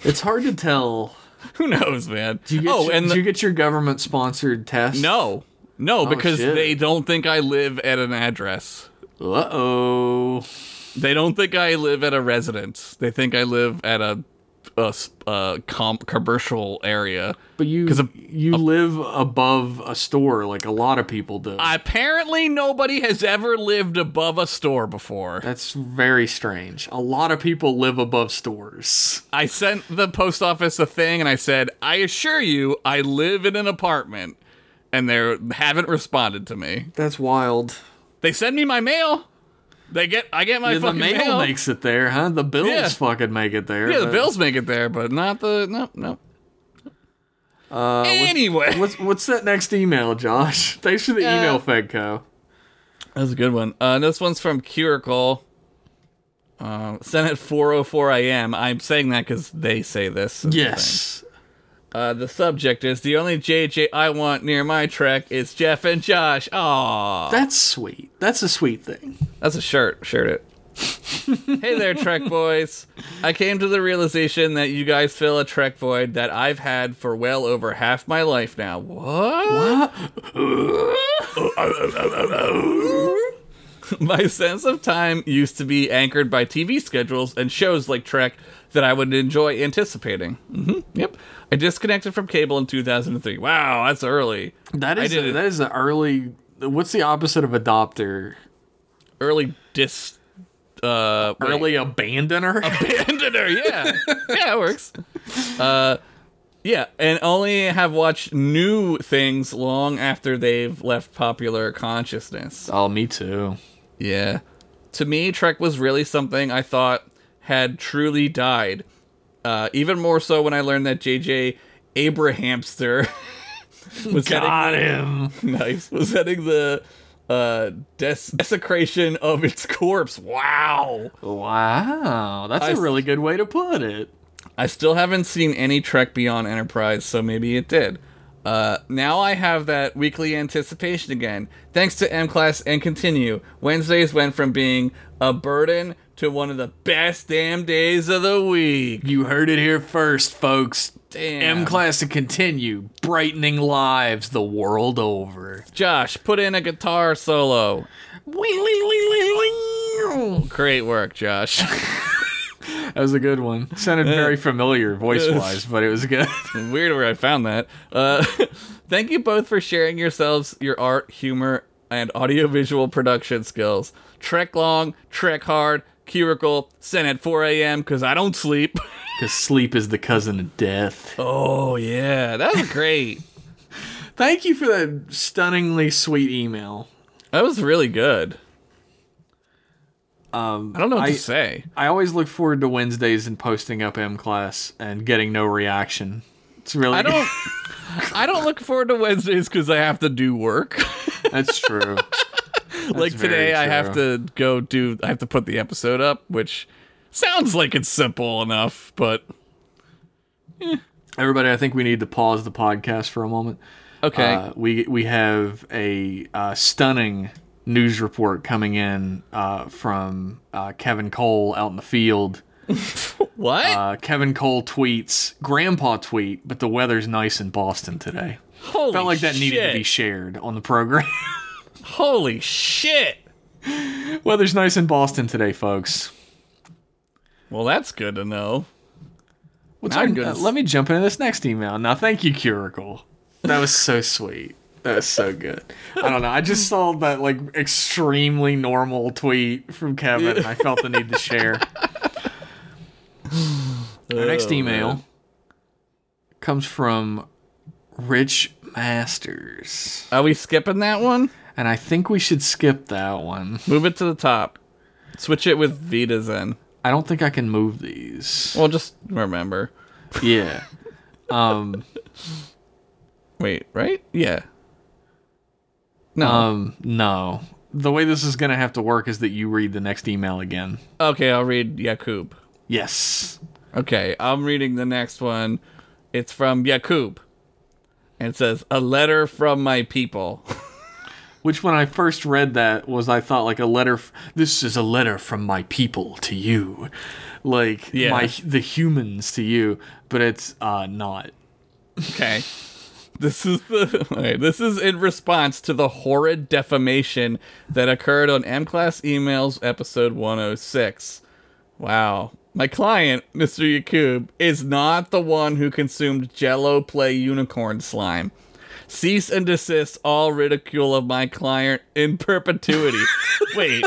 Speaker 1: It's hard to tell.
Speaker 2: Who knows, man?
Speaker 1: Do you get
Speaker 2: oh,
Speaker 1: your,
Speaker 2: and
Speaker 1: did
Speaker 2: the,
Speaker 1: you get your government sponsored test?
Speaker 2: no, no, because
Speaker 1: shit.
Speaker 2: they don't think I live at an address.
Speaker 1: Uh oh.
Speaker 2: They don't think I live at a residence. They think I live at a a, s- a com- commercial area.
Speaker 1: But you
Speaker 2: 'Cause a-
Speaker 1: you live above a store like a lot of people do.
Speaker 2: Apparently, nobody has ever lived above a store before.
Speaker 1: That's very strange. A lot of people live above stores.
Speaker 2: I sent the post office a thing and I said, I assure you, I live in an apartment. And they haven't responded to me.
Speaker 1: That's wild.
Speaker 2: They send me my mail. They get, I get my
Speaker 1: the
Speaker 2: fucking
Speaker 1: mail,
Speaker 2: mail.
Speaker 1: makes it there, huh? The bills
Speaker 2: Yeah.
Speaker 1: fucking make it there.
Speaker 2: yeah, the
Speaker 1: but-
Speaker 2: bills make it there, but not the, no, no. anyway,
Speaker 1: Uh, What's what's that next email, Josh? Thanks for the
Speaker 2: Uh,
Speaker 1: email, Fedco.
Speaker 2: that's a good one. Uh, this one's from Curicle. Uh, sent at 4:04 a.m. I'm saying that because they say this. is the thing.
Speaker 1: Yes.
Speaker 2: Uh, the subject is the only JJ I want near my trek is Jeff and Josh. Aww.
Speaker 1: That's sweet. That's a sweet thing.
Speaker 2: That's a shirt. Shirt it. hey there, Trek boys. I came to the realization that you guys fill a Trek void that I've had for well over half my life now. What? my sense of time used to be anchored by TV schedules and shows like Trek that I would enjoy anticipating. hmm Yep. I disconnected from cable in 2003. Wow, that's early.
Speaker 1: That
Speaker 2: I
Speaker 1: is
Speaker 2: did
Speaker 1: a,
Speaker 2: it.
Speaker 1: that is an early. What's the opposite of adopter?
Speaker 2: Early dis. Uh, wait.
Speaker 1: Early abandoner.
Speaker 2: Bandoner, yeah. yeah, it works. Uh, yeah, and only have watched new things long after they've left popular consciousness.
Speaker 1: oh, me too.
Speaker 2: Yeah. To me, Trek was really something I thought had truly died. Uh, even more so when I learned that JJ Abrahamster was
Speaker 1: Got
Speaker 2: heading,
Speaker 1: him.
Speaker 2: nice, was heading the uh, des- desecration of its corpse. Wow.
Speaker 1: Wow, that's a
Speaker 2: I-
Speaker 1: really good way to put it.
Speaker 2: I still haven't seen any Trek Beyond Enterprise, so maybe it did. Uh, now I have that weekly anticipation again, thanks to M Class and Continue. Wednesdays went from being a burden to one of the best damn days of the week.
Speaker 1: You heard it here first, folks.
Speaker 2: Damn.
Speaker 1: M class to continue brightening lives the world over.
Speaker 2: Josh, put in a guitar solo.
Speaker 1: That
Speaker 2: Great work, Josh.
Speaker 1: was a good one. Sounded very familiar voice wise, but it was good.
Speaker 2: Weird where I found that. Uh, thank you both for sharing yourselves, your art, humor, and audiovisual production skills. Trek long, trek hard, curicle, sent at 4 a.m. because I don't sleep.
Speaker 1: Because sleep is the cousin of death.
Speaker 2: Oh, yeah. That was great.
Speaker 1: Thank you for that stunningly sweet email.
Speaker 2: that was really good.
Speaker 1: Um,
Speaker 2: I don't know what
Speaker 1: I-
Speaker 2: to say.
Speaker 1: I always look forward to Wednesdays and posting up M class and getting no reaction. It's really
Speaker 2: I don't. I don't look forward to Wednesdays because I have to do work.
Speaker 1: That's true.
Speaker 2: like
Speaker 1: very
Speaker 2: today, I have
Speaker 1: true.
Speaker 2: to go do. I have to put the episode up, which sounds like it's simple enough, but
Speaker 1: Everybody, I think we need to pause the podcast for a moment.
Speaker 2: okay.
Speaker 1: Uh, we we have a uh, stunning news report coming in uh, from uh, Kevin Cole out in the field.
Speaker 2: what?
Speaker 1: Uh, Kevin Cole tweets, "Grandpa tweet, but the weather's nice in Boston today."
Speaker 2: Holy
Speaker 1: Felt like that
Speaker 2: shit.
Speaker 1: needed to be shared on the program.
Speaker 2: Holy shit.
Speaker 1: weather's nice in Boston today, folks.
Speaker 2: Well, that's good to know.
Speaker 1: What's
Speaker 2: My
Speaker 1: our, uh,
Speaker 2: goodness.
Speaker 1: let me jump into this next email. Now, thank you, Curicle. That was so sweet. That was so good. I don't know. I just saw that like extremely normal tweet from Kevin. and I felt the need to share. Our next
Speaker 2: Oh,
Speaker 1: email
Speaker 2: man.
Speaker 1: comes from Rich Masters,
Speaker 2: Are we skipping that one?
Speaker 1: and I think we should skip that one.
Speaker 2: Move it to the top. Switch it with Vita's in.
Speaker 1: I don't think I can move these.
Speaker 2: Well, just remember.
Speaker 1: Yeah. Um.
Speaker 2: Wait, right? Yeah. No.
Speaker 1: Um. No. The way this is gonna have to work is that you read the next email again.
Speaker 2: okay, I'll read Yakub.
Speaker 1: Yes.
Speaker 2: Okay, I'm reading the next one. It's from Yakub. And it says, A letter from my people.
Speaker 1: Which, when I first read that, was I thought like a letter. F- this is a letter from my people to you, like
Speaker 2: Yeah.
Speaker 1: my the humans to you. But it's uh, not.
Speaker 2: Okay. This is the okay, this is in response to the horrid defamation that occurred on M Class Emails episode 106. Wow. My client, Mr. Yakub, is not the one who consumed Jello Play unicorn slime. Cease and desist all ridicule of my client in perpetuity. wait. Wait,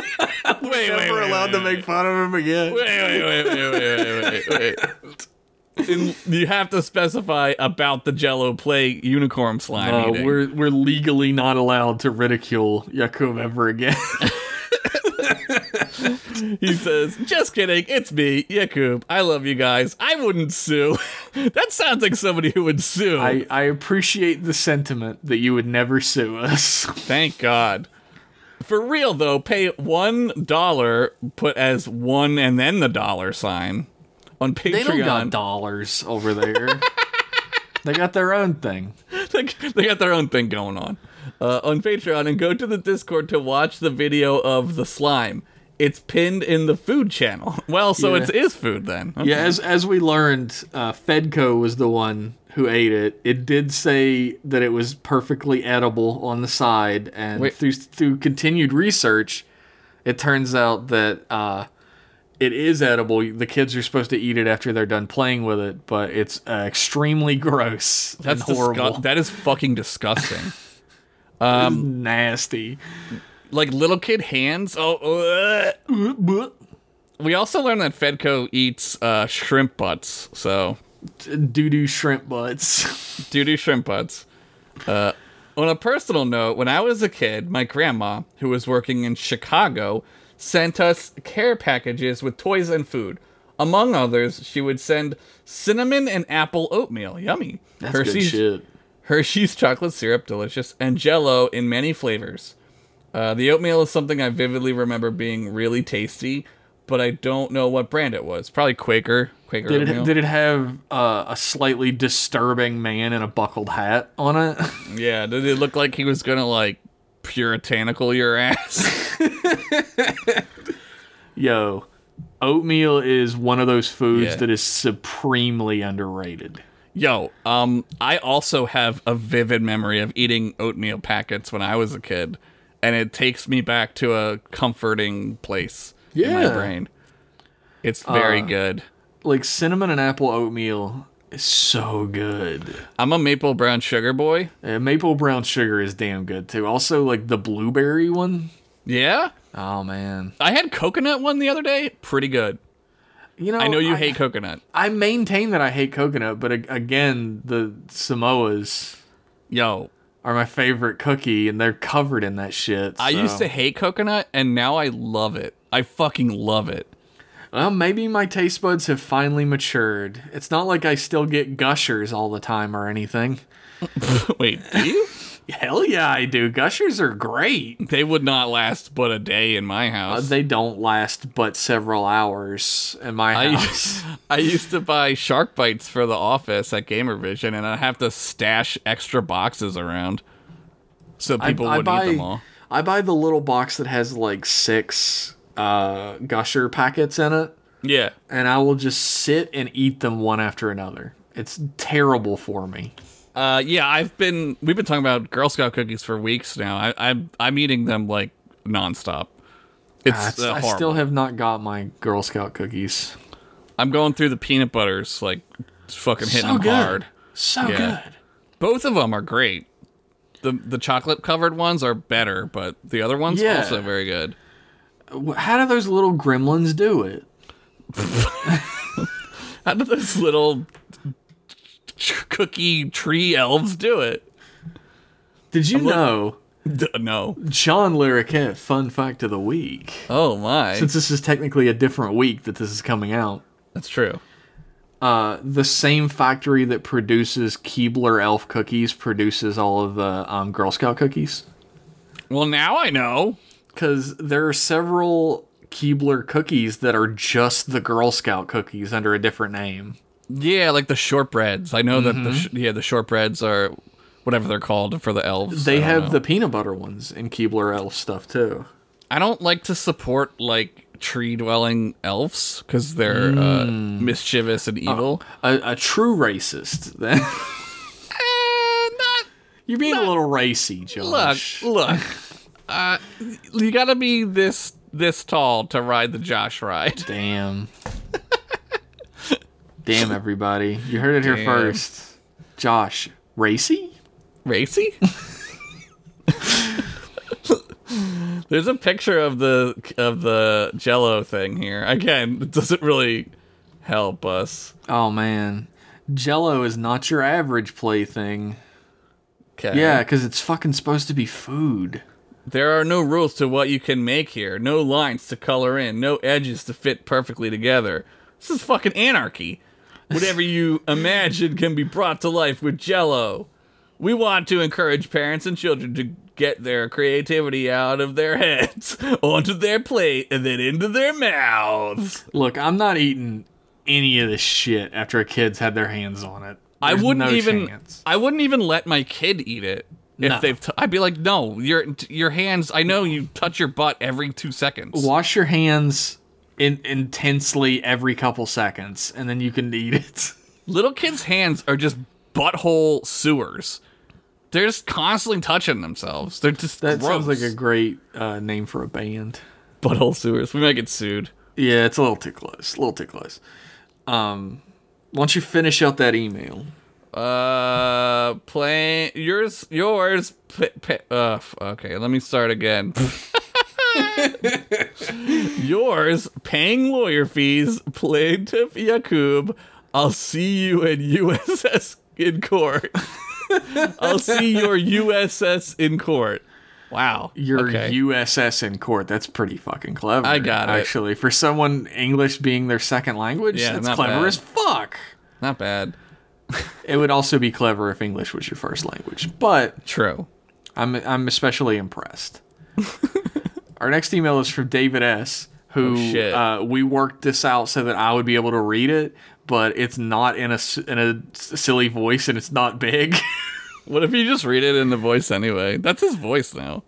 Speaker 2: wait, wait,
Speaker 1: Never
Speaker 2: wait,
Speaker 1: allowed to
Speaker 2: wait,
Speaker 1: make fun of him again.
Speaker 2: wait, wait, wait, wait, wait, wait, wait. In- you have to specify about the Jello play unicorn slime
Speaker 1: Uh,
Speaker 2: eating.
Speaker 1: we're we're legally not allowed to ridicule Yakub ever again.
Speaker 2: He says, "Just kidding, it's me, Yakub. I love you guys. I wouldn't sue. that sounds like somebody who would sue.
Speaker 1: I, I appreciate the sentiment that you would never sue us.
Speaker 2: Thank God." For real though, pay one dollar, put as one and then the dollar sign on Patreon.
Speaker 1: They don't got dollars over there. they got their own thing.
Speaker 2: they they got their own thing going on uh, on Patreon and go to the Discord to watch the video of the slime. It's pinned in the food channel. Well, so
Speaker 1: Yeah.
Speaker 2: it is food then. Okay.
Speaker 1: Yeah, as as we learned, uh, Fedco was the one who ate it. It did say that it was perfectly edible on the side, and
Speaker 2: Wait.
Speaker 1: through through continued research, it turns out that uh, it is edible. The kids are supposed to eat it after they're done playing with it, but it's uh, extremely gross
Speaker 2: that's
Speaker 1: and horrible.
Speaker 2: disgu- That is fucking disgusting.
Speaker 1: Nasty.
Speaker 2: like little kid hands. Oh, ugh. we also learned that Fedco eats uh, shrimp butts. So
Speaker 1: doo doo shrimp butts.
Speaker 2: Duty shrimp butts. Uh, on a personal note, when I was a kid, my grandma, who was working in Chicago, sent us care packages with toys and food. Among others, she would send cinnamon and apple oatmeal. Yummy.
Speaker 1: That's good shit.
Speaker 2: Hershey's chocolate syrup, delicious, and Jello in many flavors. Uh, the oatmeal is something I vividly remember being really tasty, but I don't know what brand it was. Probably Quaker. Quaker
Speaker 1: Did
Speaker 2: oatmeal.
Speaker 1: it, did it have uh, a slightly disturbing man in a buckled hat on it?
Speaker 2: Yeah, did it look like he was gonna like puritanical your ass?
Speaker 1: Yo, oatmeal is one of those foods
Speaker 2: Yeah.
Speaker 1: that is supremely underrated.
Speaker 2: Yo, um, I also have a vivid memory of eating oatmeal packets when I was a kid, and it takes me back to a comforting place in my
Speaker 1: Yeah. Uh.
Speaker 2: brain. It's very good.
Speaker 1: Like cinnamon and apple oatmeal is so good.
Speaker 2: I'm a maple brown sugar boy.
Speaker 1: Uh, maple brown sugar is damn good too. Also, like the blueberry one.
Speaker 2: Yeah,
Speaker 1: Oh man,
Speaker 2: I had coconut one the other day. Pretty good.
Speaker 1: you know
Speaker 2: I know you
Speaker 1: Oh, I,
Speaker 2: hate coconut.
Speaker 1: I maintain that I hate coconut, but a- again, the Samoas
Speaker 2: Yo,
Speaker 1: are my favorite cookie, and they're covered in that shit.
Speaker 2: I used
Speaker 1: so-
Speaker 2: to hate coconut, and now I love it. I fucking love it.
Speaker 1: Well, maybe my taste buds have finally matured. It's not like I still get gushers all the time or anything.
Speaker 2: Wait, do you?
Speaker 1: Hell yeah, I do. Gushers are great.
Speaker 2: They would not last but a day in my
Speaker 1: Uh,
Speaker 2: house.
Speaker 1: They don't last but several hours in my house.
Speaker 2: I, I used to buy shark bites for the office at Gamervision, and I'd have to stash extra boxes around so people
Speaker 1: I
Speaker 2: wouldn't
Speaker 1: buy,
Speaker 2: eat them all.
Speaker 1: I buy the little box that has like six uh, gusher packets in it,
Speaker 2: Yeah.
Speaker 1: and I will just sit and eat them one after another. It's terrible for me.
Speaker 2: Uh, yeah, I've been we've been talking about Girl Scout cookies for weeks now. I, I'm I'm eating them like nonstop.
Speaker 1: I,
Speaker 2: It's uh,
Speaker 1: Ah, I
Speaker 2: horrible.
Speaker 1: still have not got my Girl Scout cookies.
Speaker 2: I'm going through the peanut butters, like just fucking hitting them hard.
Speaker 1: So
Speaker 2: Yeah.
Speaker 1: good.
Speaker 2: Both of them are great. The the chocolate covered ones are better, but the other ones
Speaker 1: Yeah.
Speaker 2: also very good.
Speaker 1: Wh- How do those little gremlins do it?
Speaker 2: How do those little t- cookie tree elves do it?
Speaker 1: Did you know
Speaker 2: D- no.
Speaker 1: John Larroquette? Fun fact of the week.
Speaker 2: Oh my.
Speaker 1: Since this is technically a different week that this is coming out,
Speaker 2: That's true.
Speaker 1: uh, the same factory that produces Keebler Elf cookies produces all of the um, Girl Scout cookies.
Speaker 2: Well, now I know.
Speaker 1: Because there are several Keebler cookies that are just the Girl Scout cookies under a different name.
Speaker 2: Mm-hmm. Yeah, like the shortbreads. I know that the sh- yeah the shortbreads are whatever they're called for the elves. I
Speaker 1: They
Speaker 2: don't
Speaker 1: have
Speaker 2: know.
Speaker 1: the peanut butter ones and Keebler Elf stuff too.
Speaker 2: I don't like to support like tree dwelling elves because they're uh, mischievous and evil.
Speaker 1: A, a true racist. Then
Speaker 2: Eh, not
Speaker 1: you're being a little racy, Josh.
Speaker 2: look, look. Oh, uh, you gotta be this this tall to ride the Josh ride.
Speaker 1: Damn. Damn, everybody. You heard it here
Speaker 2: Damn.
Speaker 1: first. Josh, racy?
Speaker 2: Racy? There's a picture of the of the Jello thing here. Again, it doesn't really help us.
Speaker 1: Oh, man. Jello is not your average plaything.
Speaker 2: Okay.
Speaker 1: Yeah, because it's fucking supposed to be food.
Speaker 2: There are no rules to what you can make here. No lines to color in. No edges to fit perfectly together. This is fucking anarchy. Whatever you imagine can be brought to life with Jello. We want to encourage parents and children to get their creativity out of their heads, onto their plate, and then into their mouths.
Speaker 1: Look, I'm not eating any of this shit after a kid's had their hands on it.
Speaker 2: I
Speaker 1: There's
Speaker 2: wouldn't
Speaker 1: no
Speaker 2: even.
Speaker 1: chance.
Speaker 2: I wouldn't even let my kid eat it. If
Speaker 1: No.
Speaker 2: they've, t- I'd be like, no, your your hands. I know you touch your butt every two seconds.
Speaker 1: Wash your hands in- intensely every couple seconds, and then you can eat it.
Speaker 2: Little kids' hands are just butthole sewers. They're just constantly touching themselves. They're just
Speaker 1: That
Speaker 2: gross.
Speaker 1: sounds like a great uh, name for a band.
Speaker 2: butthole sewers. We might get sued.
Speaker 1: Yeah, it's a little too close. A little too close. Um, why don't you finish out that email?
Speaker 2: Uh, play yours. Yours. P- p- uh, f- okay, let me start again. yours paying lawyer fees. Plaintiff Yakub. I'll see you in USS in court. I'll see your USS in court. Wow.
Speaker 1: Your
Speaker 2: okay.
Speaker 1: USS in court. That's pretty fucking clever.
Speaker 2: I got it.
Speaker 1: Actually, for someone English being their second language,
Speaker 2: Yeah,
Speaker 1: that's
Speaker 2: not
Speaker 1: clever
Speaker 2: bad.
Speaker 1: as fuck.
Speaker 2: Not bad.
Speaker 1: It would also be clever if English was your first language, but
Speaker 2: True.
Speaker 1: I'm I'm especially impressed. Our next email is from David S. Who
Speaker 2: Oh, shit.
Speaker 1: uh, we worked this out so that I would be able to read it, but it's not in a s- in a s- silly voice and it's not big.
Speaker 2: What if you just read it in the voice anyway? That's his voice now.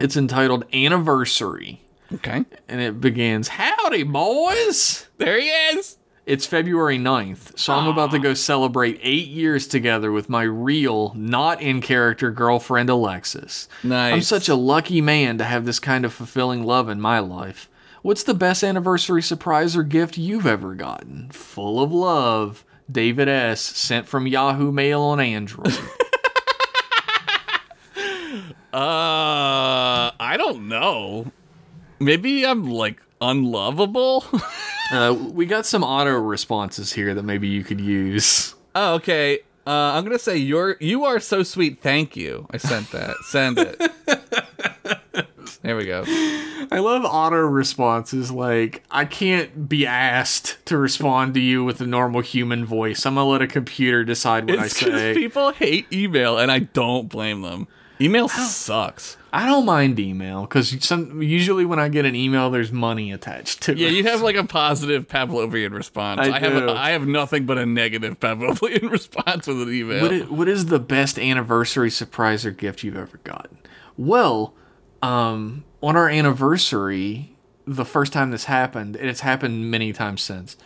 Speaker 1: It's entitled Anniversary,
Speaker 2: Okay.
Speaker 1: and it begins Howdy, boys!
Speaker 2: There he is.
Speaker 1: It's February 9th, so I'm about to go celebrate eight years together with my real, not in character girlfriend, Alexis.
Speaker 2: Nice.
Speaker 1: I'm such a lucky man to have this kind of fulfilling love in my life. What's the best anniversary surprise or gift you've ever gotten? Full of love. David S. sent from Yahoo Mail on Android.
Speaker 2: Uh, I don't know. Maybe I'm like unlovable.
Speaker 1: uh, we got some auto responses here that maybe you could use.
Speaker 2: oh, okay. Uh, I'm gonna say you're you are so sweet. Thank you. I sent that. Send it. there we go.
Speaker 1: I love auto responses. Like, I can't be asked to respond to you with a normal human voice. I'm gonna let a computer decide what
Speaker 2: It's
Speaker 1: I
Speaker 2: because
Speaker 1: say.
Speaker 2: people hate email, and I don't blame them. Email sucks.
Speaker 1: I don't mind email because some usually when I get an email, there's money attached to
Speaker 2: Yeah,
Speaker 1: it.
Speaker 2: you have like a positive Pavlovian response.
Speaker 1: I
Speaker 2: I, have
Speaker 1: do.
Speaker 2: I have nothing but a negative Pavlovian response with an email.
Speaker 1: What is, what is the best anniversary surprise or gift you've ever gotten? Well, um, on our anniversary, the first time this happened, and it's happened many times since,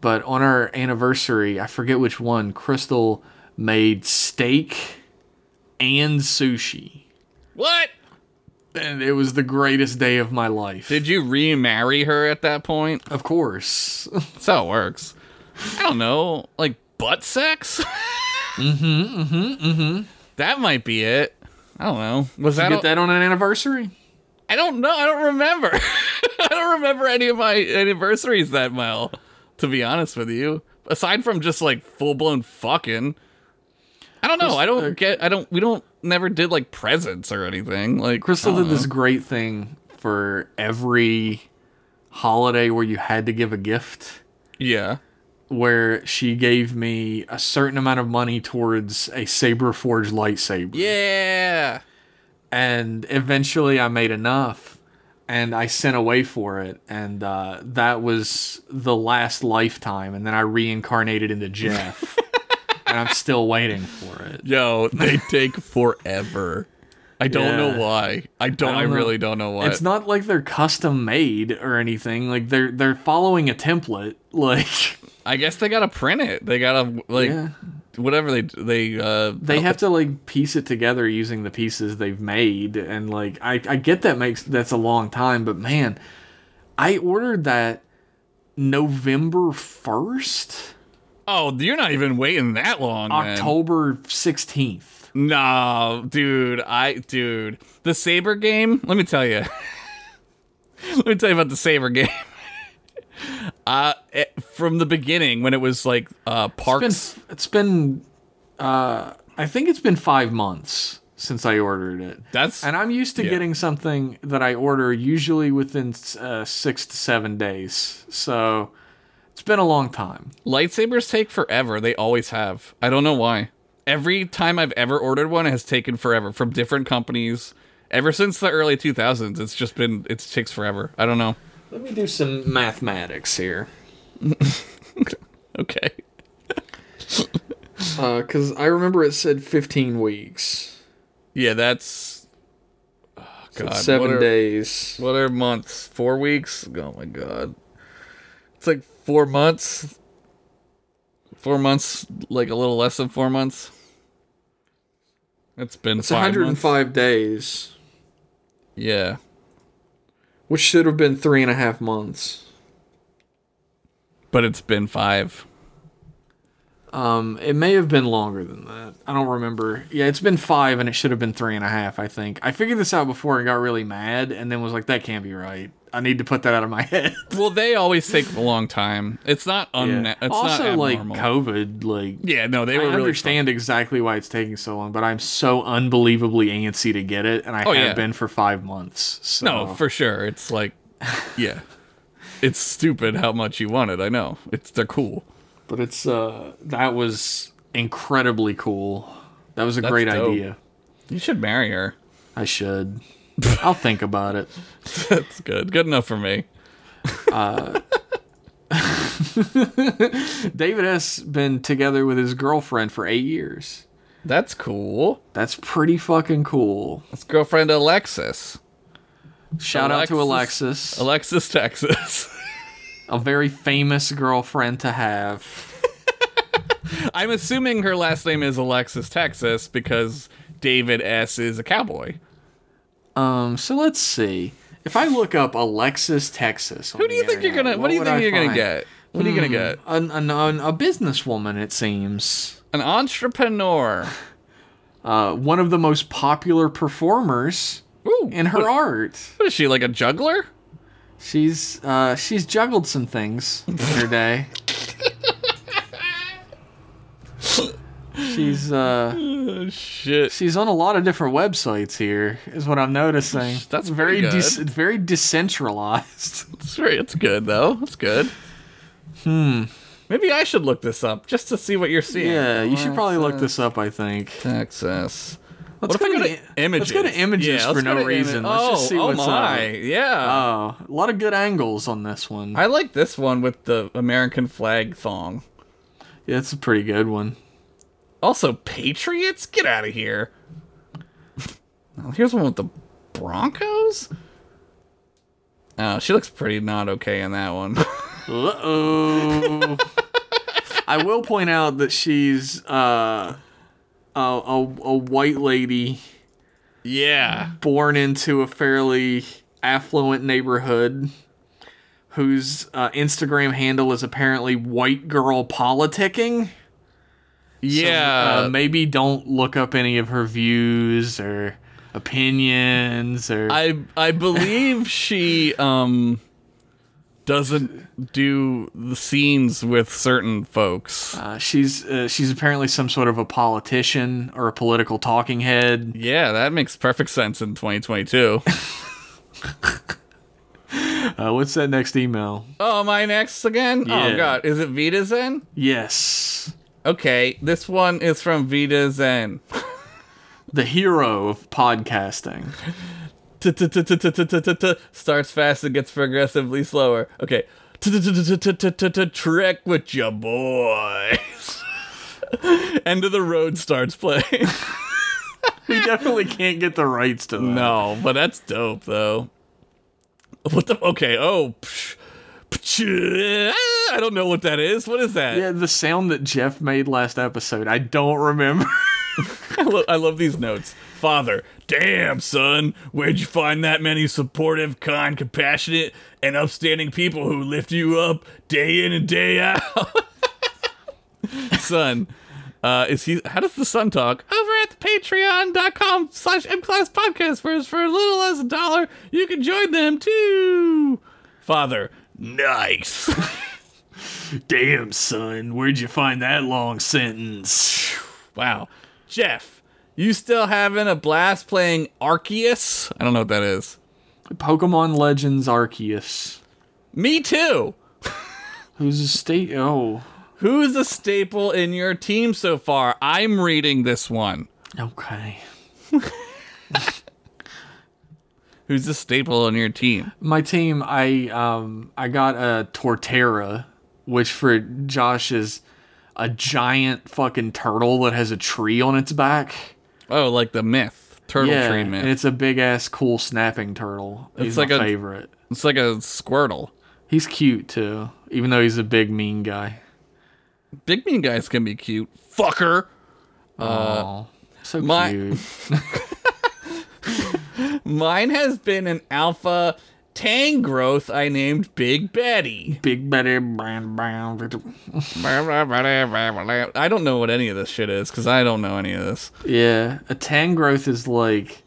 Speaker 1: but on our anniversary, I forget which one, Crystal made steak and sushi.
Speaker 2: What?
Speaker 1: And it was the greatest day of my life.
Speaker 2: Did you remarry her at that point?
Speaker 1: of course.
Speaker 2: That's how it works. I don't know, like butt sex. mm-hmm. Mm-hmm. Mm-hmm. That might be it. I don't know. Was that,
Speaker 1: Get
Speaker 2: all-
Speaker 1: that on an anniversary?
Speaker 2: I don't know. I don't remember. I don't remember any of my anniversaries that well. To be honest with you, aside from just like full blown fucking, I don't know. I
Speaker 1: uh,
Speaker 2: don't get. I don't. We don't. Never did like presents or anything. Like
Speaker 1: Crystal
Speaker 2: I don't
Speaker 1: did this great thing for every holiday where you had to give a gift,
Speaker 2: know. Yeah.
Speaker 1: where she gave me a certain amount of money towards a Saber Forge lightsaber.
Speaker 2: Yeah.
Speaker 1: And eventually I made enough and I sent away for it. And uh, that was the last lifetime. And then I reincarnated into Jeff. and I'm still waiting for it.
Speaker 2: Yo, they take forever. I don't
Speaker 1: Yeah.
Speaker 2: know why. I don't. I,
Speaker 1: don't know.
Speaker 2: really don't know why.
Speaker 1: It's not like they're custom made or anything. Like they're they're following a template. Like
Speaker 2: I guess they gotta print it. They gotta like
Speaker 1: Yeah.
Speaker 2: whatever they they uh
Speaker 1: they have to like piece it together using the pieces they've made and like I, I get that makes that's a long time, but man, I ordered that November first?
Speaker 2: Oh, you're not even waiting that long. man.
Speaker 1: October sixteenth.
Speaker 2: No, dude, I dude, the Saber game. Let me tell you. let me tell you about the Saber game. Uh, it- from the beginning when it was like uh parks.
Speaker 1: It's been it's been uh I think it's been five months since I ordered it.
Speaker 2: That's
Speaker 1: And I'm used to
Speaker 2: Yeah.
Speaker 1: getting something that I order usually within uh, six to seven days. So it's been a long time.
Speaker 2: lightsabers take forever. They always have. I don't know why. Every time I've ever ordered one, it has taken forever from different companies. Ever since the early 2000s, it's just been it takes forever. I don't know.
Speaker 1: Let me do some mathematics here.
Speaker 2: Okay.
Speaker 1: Because Uh, I remember it said 15 weeks,
Speaker 2: Yeah, that's oh, God. what are-
Speaker 1: days.
Speaker 2: What are months? Four weeks? Oh my god. It's like four months. Four months, like a little less than four months. It's been
Speaker 1: It's
Speaker 2: five months.
Speaker 1: 105 days,
Speaker 2: Yeah.
Speaker 1: which should have been three and a half months.
Speaker 2: But it's been five.
Speaker 1: Um, it may have been longer than that. I don't remember. Yeah, it's been five, and it should have been three and a half. I think I figured this out before and got really mad, and then was like, "That can't be right. I need to put that out of my head."
Speaker 2: Well, they always take a long time. It's not un
Speaker 1: Yeah.
Speaker 2: it's
Speaker 1: also,
Speaker 2: not
Speaker 1: like
Speaker 2: abnormal.
Speaker 1: COVID, like
Speaker 2: yeah, no, they
Speaker 1: I
Speaker 2: were really
Speaker 1: understand exactly why it's taking so long, but I'm so unbelievably antsy to get it, and I
Speaker 2: Oh,
Speaker 1: have
Speaker 2: yeah.
Speaker 1: been for five months. So.
Speaker 2: No, for sure. It's like yeah. it's stupid how much you want it, I know. It's they're cool.
Speaker 1: but it's uh, that was incredibly cool. That was a great
Speaker 2: dope.
Speaker 1: idea.
Speaker 2: You should marry her.
Speaker 1: I should. I'll think about it.
Speaker 2: That's good. Good enough for me.
Speaker 1: David S. been together with his girlfriend for eight years.
Speaker 2: That's cool.
Speaker 1: That's pretty fucking cool.
Speaker 2: That's girlfriend Alexis.
Speaker 1: Shout out to Alexis,
Speaker 2: Alexis, Texas.
Speaker 1: a very famous girlfriend to have.
Speaker 2: I'm assuming her last name is Alexis, Texas, because David S. is a cowboy.
Speaker 1: Um, so let's see. If I look up Alexis, Texas,
Speaker 2: Who do you think you're gonna? What, do you think you're gonna get? What are you
Speaker 1: Hmm.
Speaker 2: gonna get?
Speaker 1: An, an, an, a businesswoman, it seems.
Speaker 2: An entrepreneur.
Speaker 1: Uh, one of the most popular performers
Speaker 2: Ooh,
Speaker 1: in her
Speaker 2: What,
Speaker 1: art.
Speaker 2: what is she like? A juggler?
Speaker 1: She's uh, she's juggled some things in her day. she's uh,
Speaker 2: Oh, shit.
Speaker 1: she's on a lot of different websites here, is what I'm noticing.
Speaker 2: That's
Speaker 1: very
Speaker 2: pretty good.
Speaker 1: dec- very decentralized.
Speaker 2: That's very. It's good though. That's good. Hmm. Maybe I should look this up just to see what you're seeing.
Speaker 1: Hmm. yeah, you should probably look this up. I think.
Speaker 2: Texas.
Speaker 1: Let's
Speaker 2: What if I go to images?
Speaker 1: Let's go to images
Speaker 2: Yeah,
Speaker 1: for
Speaker 2: let's go
Speaker 1: no
Speaker 2: to ima-
Speaker 1: reason.
Speaker 2: oh,
Speaker 1: let's just see
Speaker 2: oh
Speaker 1: what's
Speaker 2: my.
Speaker 1: up.
Speaker 2: Yeah.
Speaker 1: Oh, a lot of good angles on this one.
Speaker 2: Uh, I like this one with the American flag thong.
Speaker 1: yeah, it's a pretty good one.
Speaker 2: Also, Patriots? Get out of here. Oh, Here's one with the Broncos? Oh, she looks pretty not okay in that one.
Speaker 1: Uh oh. I will point out that she's uh, a, a a white lady
Speaker 2: yeah.
Speaker 1: born into a fairly affluent neighborhood, whose uh, Instagram handle is apparently white girl politicking.
Speaker 2: Yeah.
Speaker 1: uh, maybe don't look up any of her views or opinions or
Speaker 2: I I believe she um doesn't do the scenes with certain folks.
Speaker 1: uh, she's uh, she's apparently some sort of a politician or a political talking head.
Speaker 2: Yeah, that makes perfect sense in 2022.
Speaker 1: Uh, what's that next email?
Speaker 2: oh, my next again?
Speaker 1: Yeah.
Speaker 2: Oh god, is it Vita Zen?
Speaker 1: Yes,
Speaker 2: Okay, this one is from Vita Zen.
Speaker 1: the hero of podcasting.
Speaker 2: Starts fast and gets progressively slower. Okay. Trek with your boys. End of the Road starts playing.
Speaker 1: we definitely can't get the rights to that.
Speaker 2: no, Oh, but that's dope though. What the? Okay. Oh, psh, psh, ah, I don't know what that is. What is that?
Speaker 1: Yeah, the sound that Jeff made last episode, I don't remember.
Speaker 2: I, lo- I love these notes. Father, damn son, where'd you find that many supportive, kind, compassionate, and upstanding people who lift you up day in and day out? son, uh, is he? How does the son talk? Over at the patreon.com slash mclass podcast, where for as little as a dollar, you can join them too. Father, nice.
Speaker 1: Damn, son, where'd you find that long sentence?
Speaker 2: Wow. Jeff, you still having a blast playing Arceus? I don't know what that is.
Speaker 1: Pokemon Legends Arceus.
Speaker 2: Me too.
Speaker 1: Who's a state? Oh,
Speaker 2: Who's a staple in your team so far? I'm reading this one.
Speaker 1: okay.
Speaker 2: Who's a staple on your team?
Speaker 1: My team, I um, I got a Torterra, which for Josh is a giant fucking turtle that has a tree on its back.
Speaker 2: Oh, like the myth. Turtle
Speaker 1: yeah,
Speaker 2: tree
Speaker 1: and
Speaker 2: myth.
Speaker 1: it's a big ass cool snapping turtle. He's
Speaker 2: like
Speaker 1: my
Speaker 2: a-
Speaker 1: favorite.
Speaker 2: It's like a squirtle.
Speaker 1: He's cute too, even though he's a big mean guy.
Speaker 2: Big mean guys can be cute. Fucker.
Speaker 1: Oh, so
Speaker 2: Uh, my-
Speaker 1: cute.
Speaker 2: Mine has been an alpha Tangrowth I named Big Betty.
Speaker 1: Big Betty Brown Brown.
Speaker 2: I don't know what any of this shit is because I don't know any of this.
Speaker 1: Yeah, a Tangrowth is like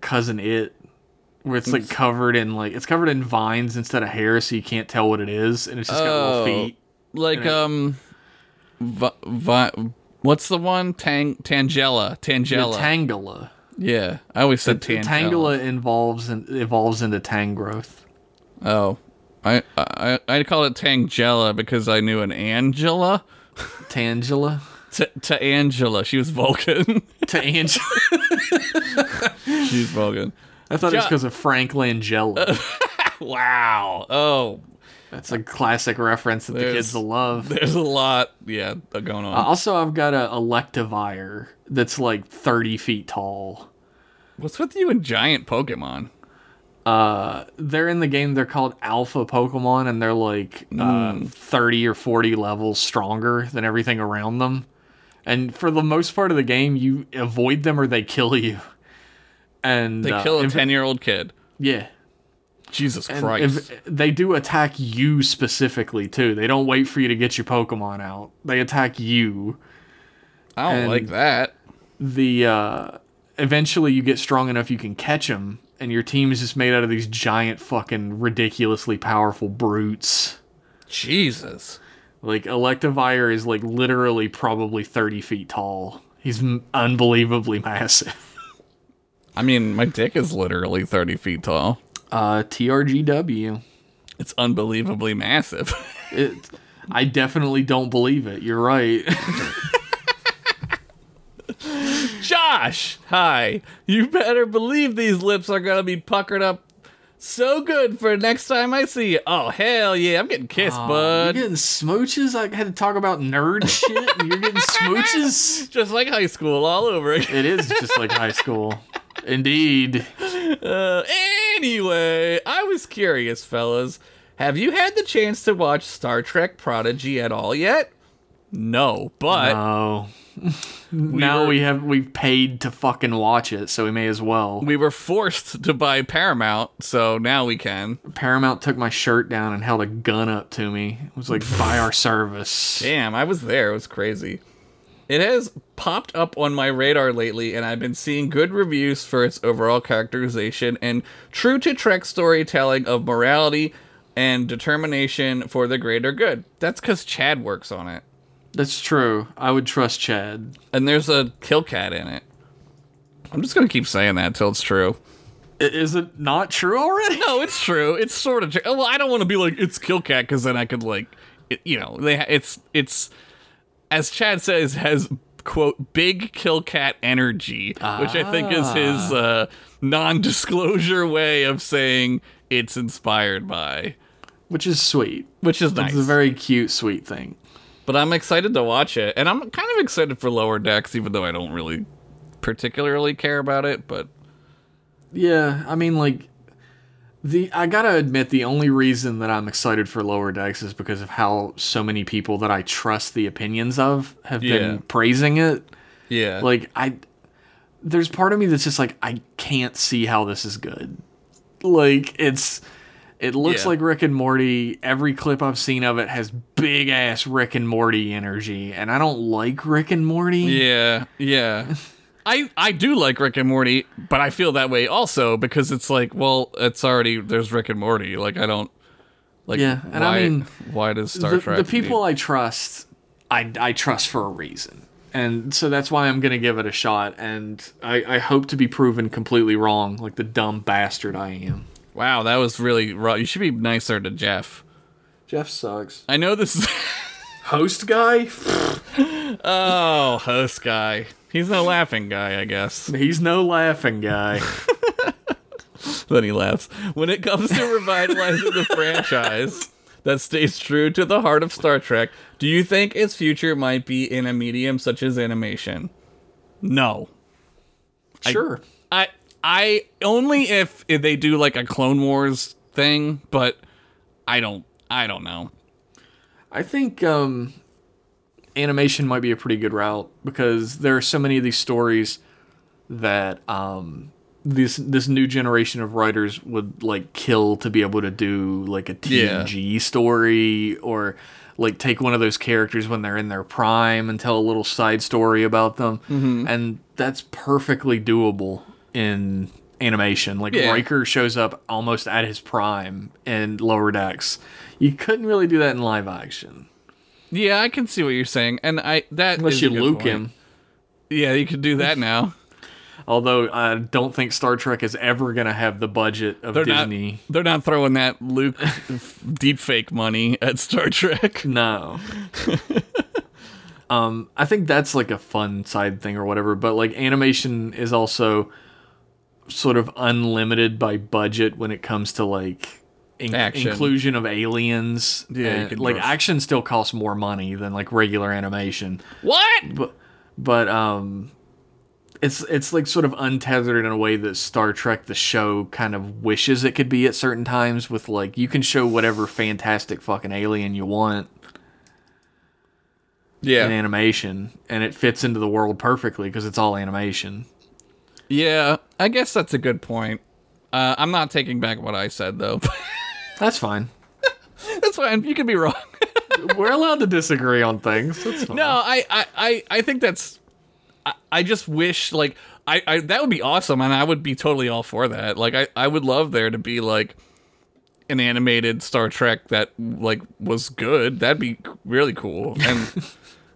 Speaker 1: cousin it, where it's like covered in like it's covered in vines instead of hair, so you can't tell what it is, and it's just got
Speaker 2: Oh.
Speaker 1: little feet.
Speaker 2: like
Speaker 1: And I-
Speaker 2: um vi- vi- what's the one tang tangela
Speaker 1: The
Speaker 2: tangela
Speaker 1: Tangela.
Speaker 2: yeah i always said
Speaker 1: The
Speaker 2: tangela,
Speaker 1: Tangela involves and evolves into Tangrowth.
Speaker 2: oh I, I i call it tangela because i knew an angela
Speaker 1: Tangela
Speaker 2: to, to angela she was vulcan
Speaker 1: to Angela.
Speaker 2: she's vulcan
Speaker 1: I thought it was
Speaker 2: Jo-
Speaker 1: because of Frank Langella.
Speaker 2: wow oh
Speaker 1: That's a classic reference that the
Speaker 2: There's-
Speaker 1: kids will love.
Speaker 2: there's a lot yeah going on
Speaker 1: Also, I've got a Electivire that's like 30 feet tall.
Speaker 2: what's with you and giant pokemon
Speaker 1: Uh, they're in the game. They're called Alpha Pokemon, and they're like
Speaker 2: Hmm.
Speaker 1: uh, thirty or forty levels stronger than everything around them. And for the most part of the game, you avoid them or they kill you. And
Speaker 2: they
Speaker 1: uh,
Speaker 2: kill a
Speaker 1: if-
Speaker 2: 10 year old kid
Speaker 1: yeah.
Speaker 2: jesus
Speaker 1: And
Speaker 2: christ
Speaker 1: if- they do attack you specifically too. They don't wait for you to get your Pokemon out. They attack you.
Speaker 2: i don't
Speaker 1: and-
Speaker 2: like that
Speaker 1: the uh, eventually you get strong enough you can catch them, and your team is just made out of these giant fucking ridiculously powerful brutes.
Speaker 2: jesus
Speaker 1: Like Electivire is like literally probably thirty feet tall. He's m- unbelievably massive.
Speaker 2: i mean my dick is literally 30 feet tall
Speaker 1: Uh, TRGW.
Speaker 2: It's unbelievably massive.
Speaker 1: It, I definitely don't believe it. You're right.
Speaker 2: Josh, hi. You better believe these lips are gonna be puckered up so good for next time I see you. Oh hell yeah, I'm getting kissed,
Speaker 1: You're
Speaker 2: bud.
Speaker 1: getting smooches. I had to talk about nerd shit. And you're getting smooches.
Speaker 2: Just like high school all over again.
Speaker 1: It is just like high school. Indeed.
Speaker 2: Uh, anyway, I was curious, fellas. Have you had the chance to watch Star Trek Prodigy at all yet? No, but
Speaker 1: Oh. now
Speaker 2: were-
Speaker 1: we have we've paid to fucking watch it, so we may as well.
Speaker 2: we were forced to buy Paramount, so now we can.
Speaker 1: Paramount took my shirt down and held a gun up to me. It was like, "Buy our service."
Speaker 2: Damn, I was there. It was crazy. It has popped up on my radar lately, and I've been seeing good reviews for its overall characterization and true to Trek storytelling of morality and determination for the greater good. That's because Chad works on it,
Speaker 1: That's true. I would trust Chad.
Speaker 2: and there's a kill cat in it. I'm just gonna keep saying that till it's true.
Speaker 1: I- Is it not true already?
Speaker 2: No, it's true. It's sort of true. Well, I don't want to be like it's kill cat because then I could like, it, you know, they ha- it's it's as Chad says has quote big kill cat energy, which I think is his uh, non-disclosure way of saying it's inspired by,
Speaker 1: Which is sweet.
Speaker 2: which is nice.
Speaker 1: It's a very cute, sweet thing.
Speaker 2: But I'm excited to watch it, and I'm kind of excited for Lower Decks, even though I don't really particularly care about it. But
Speaker 1: Yeah, I mean like the I gotta admit the only reason that I'm excited for Lower Decks is because of how so many people that I trust the opinions of have
Speaker 2: Yeah.
Speaker 1: been praising it.
Speaker 2: yeah,
Speaker 1: Like I there's part of me that's just like I can't see how this is good. Like it's it looks
Speaker 2: Yeah.
Speaker 1: like Rick and Morty. Every clip I've seen of it has big ass Rick and Morty energy and I don't like Rick and Morty.
Speaker 2: Yeah, yeah. I I do like Rick and Morty, but I feel that way also because it's like, well, it's already there's Rick and Morty. Like I don't like
Speaker 1: Yeah, and I
Speaker 2: why-
Speaker 1: mean,
Speaker 2: why does Star
Speaker 1: the,
Speaker 2: Trek
Speaker 1: the
Speaker 2: need-
Speaker 1: people I trust, I, I trust for a reason. And so that's why I'm going to give it a shot. And I, I hope to be proven completely wrong, like the dumb bastard I am.
Speaker 2: Wow, that was really rough. You should be nicer to Jeff.
Speaker 1: Jeff sucks.
Speaker 2: I know this is
Speaker 1: Host guy?
Speaker 2: Oh, host guy. He's no laughing guy, I guess.
Speaker 1: He's no laughing guy.
Speaker 2: Then he laughs. When it comes to revitalizing the franchise that stays true to the heart of Star Trek, do you think its future might be in a medium such as animation? No.
Speaker 1: sure.
Speaker 2: I I only if they do like a Clone Wars thing, but I don't I don't know.
Speaker 1: I think um, animation might be a pretty good route because there are so many of these stories that um, this this new generation of writers would like kill to be able to do like a
Speaker 2: Yeah.
Speaker 1: TNG story or like take one of those characters when they're in their prime and tell a little side story about them,
Speaker 2: Mm-hmm.
Speaker 1: and that's perfectly doable in animation. Like
Speaker 2: Yeah.
Speaker 1: Riker shows up almost at his prime in Lower Decks. You couldn't really do that in live action.
Speaker 2: Yeah, I can see what you're saying, and I that
Speaker 1: Unless
Speaker 2: is
Speaker 1: you
Speaker 2: a good
Speaker 1: Luke
Speaker 2: point.
Speaker 1: him.
Speaker 2: Yeah, you could do that now.
Speaker 1: Although I don't think Star Trek is ever going to have the budget of
Speaker 2: They're
Speaker 1: Disney.
Speaker 2: not they're not throwing that Luke deepfake money at Star Trek.
Speaker 1: No. um, I think that's like a fun side thing or whatever. But like animation is also sort of unlimited by budget when it comes to like in-
Speaker 2: Action.
Speaker 1: inclusion of aliens.
Speaker 2: Yeah, you
Speaker 1: And,
Speaker 2: could
Speaker 1: like
Speaker 2: nerf-
Speaker 1: action still costs more money than like regular animation.
Speaker 2: What?
Speaker 1: but but um it's it's like sort of untethered in a way that Star Trek the show kind of wishes it could be at certain times with like you can show whatever fantastic fucking alien you want in
Speaker 2: Yeah.
Speaker 1: animation and it fits into the world perfectly because it's all animation.
Speaker 2: Yeah, I guess that's a good point. Uh, I'm not taking back what I said though.
Speaker 1: That's fine.
Speaker 2: that's fine. You could be wrong.
Speaker 1: We're allowed to disagree on things. That's fine.
Speaker 2: No, I, I, I, I think that's. I, I just wish like I, I that would be awesome, and I would be totally all for that. Like I, I would love there to be like an animated Star Trek that like was good. That'd be really cool. And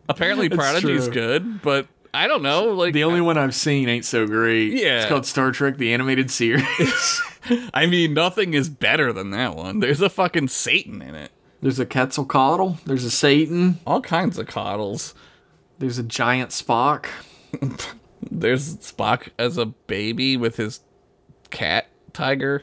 Speaker 2: apparently Prodigy's
Speaker 1: true.
Speaker 2: good, but I don't know. Like
Speaker 1: The only one I've seen ain't so great. It's
Speaker 2: Yeah.
Speaker 1: called Star Trek the Animated Series.
Speaker 2: I mean, nothing is better than that one. There's a fucking Satan in it.
Speaker 1: There's a Quetzalcoatl. There's a Satan.
Speaker 2: All kinds of coddles.
Speaker 1: There's a giant Spock.
Speaker 2: There's Spock as a baby with his cat tiger.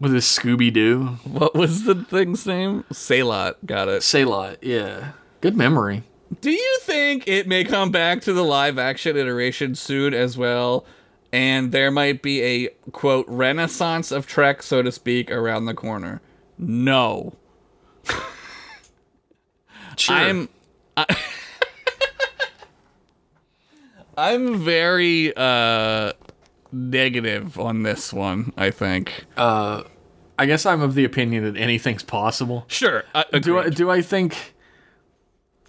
Speaker 1: With a Scooby Doo.
Speaker 2: What was the thing's name? Salot. Got it.
Speaker 1: Selah, yeah. Good memory.
Speaker 2: Do you think it may come back to the live action iteration soon as well? And there might be a quote renaissance of Trek, so to speak, around the corner. No.
Speaker 1: Sure.
Speaker 2: I'm I, I'm very uh negative on this one, I think.
Speaker 1: I guess I'm of the opinion that anything's possible.
Speaker 2: Sure. I,
Speaker 1: Do I
Speaker 2: agreed.
Speaker 1: do I think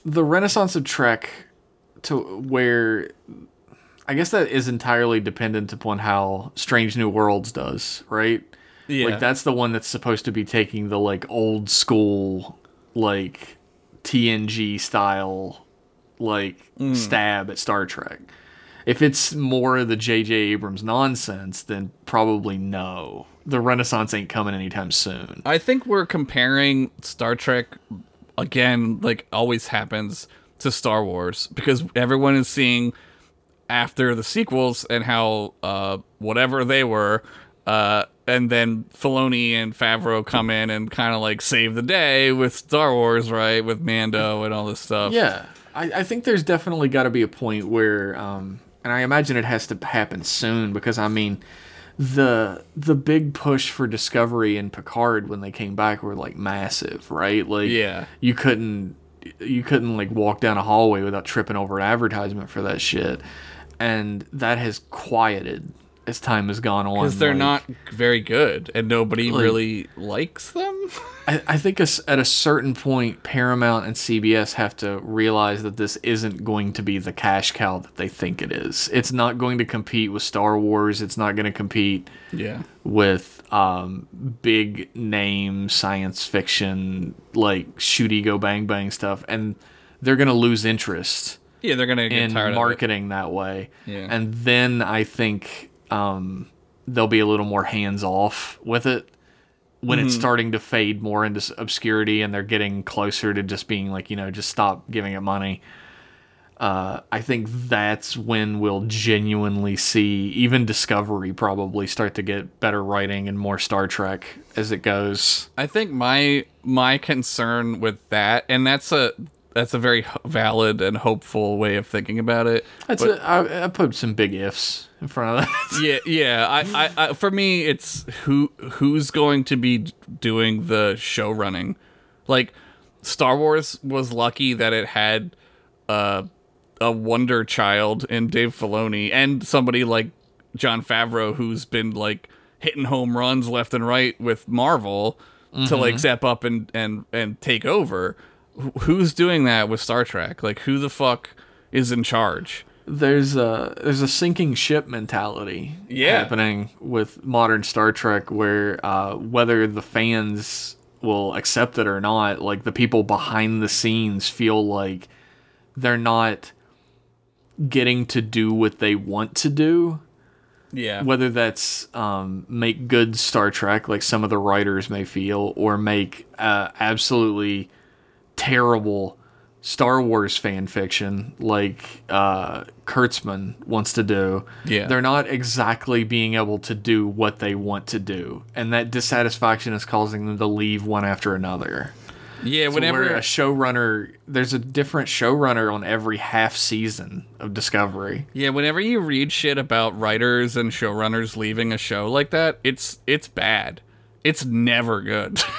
Speaker 1: the renaissance of Trek to where I guess that is entirely dependent upon how Strange New Worlds does, right?
Speaker 2: yeah.
Speaker 1: Like that's the one that's supposed to be taking the like old school like TNG style like stab at Star Trek. If it's more of the JJ Abrams nonsense, then probably no. The renaissance ain't coming anytime soon.
Speaker 2: I think we're comparing Star Trek again, like always happens, to Star Wars because everyone is seeing after the sequels and how uh, whatever they were uh, and then Filoni and Favreau come in and kind of like save the day with Star Wars, right? With Mando and all this stuff.
Speaker 1: Yeah, I, I think there's definitely got to be a point where, um, and I imagine it has to happen soon because I mean, the the big push for Discovery and Picard when they came back were like massive, right? Like,
Speaker 2: Yeah.
Speaker 1: you couldn't you couldn't like walk down a hallway without tripping over an advertisement for that shit, and that has quieted as time has gone on.
Speaker 2: Because they're
Speaker 1: like-
Speaker 2: not very good and nobody
Speaker 1: Like-
Speaker 2: really likes them.
Speaker 1: I, I think as- at a certain point, Paramount and CBS have to realize that this isn't going to be the cash cow that they think it is. It's not going to compete with Star Wars. It's not going to compete
Speaker 2: Yeah.
Speaker 1: with um, big name science fiction, like shooty go bang bang stuff. And they're going to lose interest
Speaker 2: Yeah, they're going to get
Speaker 1: in
Speaker 2: tired of it.
Speaker 1: marketing that way.
Speaker 2: Yeah.
Speaker 1: And then I think um, they'll be a little more hands off with it when it's starting to fade more into s- obscurity and they're getting closer to just being like, you know, just stop giving it money. Uh, I think that's when we'll genuinely see even Discovery probably start to get better writing and more Star Trek as it goes.
Speaker 2: I think my my concern with that, and that's a that's a very h- valid and hopeful way of thinking about it.
Speaker 1: That's
Speaker 2: But-
Speaker 1: a, I, I put some big ifs in front of that.
Speaker 2: yeah, yeah. I, I, I, for me, it's who who's going to be d- doing the show running. Like, Star Wars was lucky that it had uh, a wonder child in Dave Filoni and somebody like John Favreau who's been like hitting home runs left and right with Marvel to like step up and and and take over. Wh- Who's doing that with Star Trek? Like, who the fuck is in charge?
Speaker 1: there's a there's a sinking ship mentality
Speaker 2: Yeah.
Speaker 1: happening with modern Star Trek, where uh, whether the fans will accept it or not, like the people behind the scenes feel like they're not getting to do what they want to do
Speaker 2: Yeah.
Speaker 1: whether that's um, make good Star Trek, like some of the writers may feel, or make uh, absolutely terrible Star Wars fan fiction, like uh, Kurtzman wants to do.
Speaker 2: Yeah.
Speaker 1: they're not exactly being able to do what they want to do, and that dissatisfaction is causing them to leave one after another.
Speaker 2: Yeah.
Speaker 1: Whenever
Speaker 2: Whenever
Speaker 1: a showrunner, there's a different showrunner on every half season of Discovery.
Speaker 2: Yeah, whenever you read shit about writers and showrunners leaving a show like that, it's it's bad. It's never good.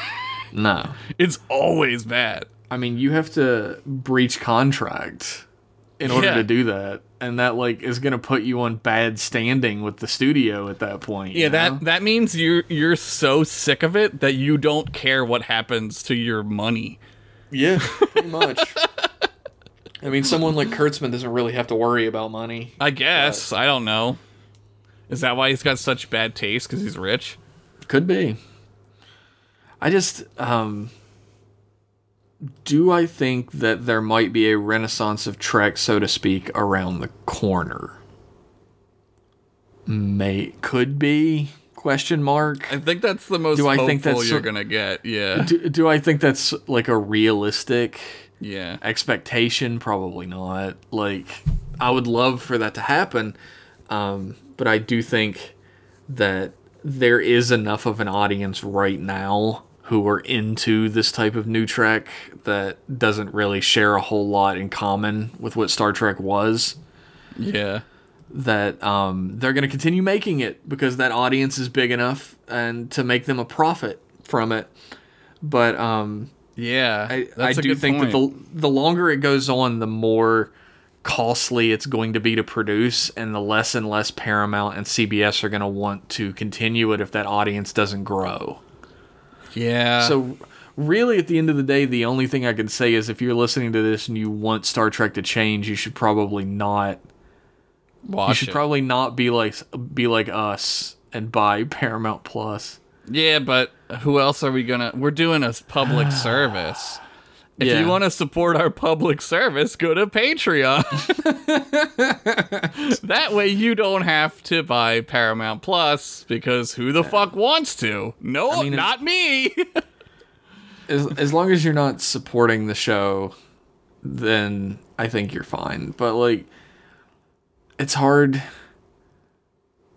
Speaker 1: No.
Speaker 2: it's always bad.
Speaker 1: I mean, you have to breach contract in order
Speaker 2: Yeah.
Speaker 1: to do that, and that like is going to put you on bad standing with the studio at that point. you
Speaker 2: Yeah,
Speaker 1: know?
Speaker 2: that that means you're you're so sick of it that you don't care what happens to your money.
Speaker 1: yeah, pretty much. I mean, someone like Kurtzman doesn't really have to worry about money.
Speaker 2: I guess I don't know. Is that why he's got such bad taste? Because he's rich?
Speaker 1: Could be. I just um do I think that there might be a renaissance of Trek, so to speak, around the corner. May could be question mark.
Speaker 2: I think that's the most
Speaker 1: Do I
Speaker 2: hopeful
Speaker 1: think that's
Speaker 2: you're
Speaker 1: so-
Speaker 2: gonna get. Yeah,
Speaker 1: do, do I think that's like a realistic
Speaker 2: yeah.
Speaker 1: expectation? Probably not. Like, I would love for that to happen, um, but I do think that there is enough of an audience right now who are into this type of new Trek that doesn't really share a whole lot in common with what Star Trek was
Speaker 2: Yeah.
Speaker 1: that um, they're going to continue making it because that audience is big enough and to make them a profit from it. But um,
Speaker 2: Yeah.
Speaker 1: I, I
Speaker 2: That's a
Speaker 1: do
Speaker 2: good
Speaker 1: think
Speaker 2: point.
Speaker 1: that the the longer it goes on, the more costly it's going to be to produce, and the less and less Paramount and CBS are going to want to continue it if that audience doesn't grow.
Speaker 2: Yeah.
Speaker 1: So really at the end of the day the only thing i could say is if you're listening to this and you want star trek to change you should probably not you
Speaker 2: watch
Speaker 1: should
Speaker 2: it.
Speaker 1: probably not be like be like us and buy Paramount Plus.
Speaker 2: Yeah, but who else are we gonna? We're doing a public service. If
Speaker 1: Yeah.
Speaker 2: you want to support our public service, go to Patreon. that way, you don't have to buy Paramount Plus because who the fuck wants to? No,
Speaker 1: mean, if-
Speaker 2: not me.
Speaker 1: As as long as you're not supporting the show, then I think you're fine. But like, it's hard.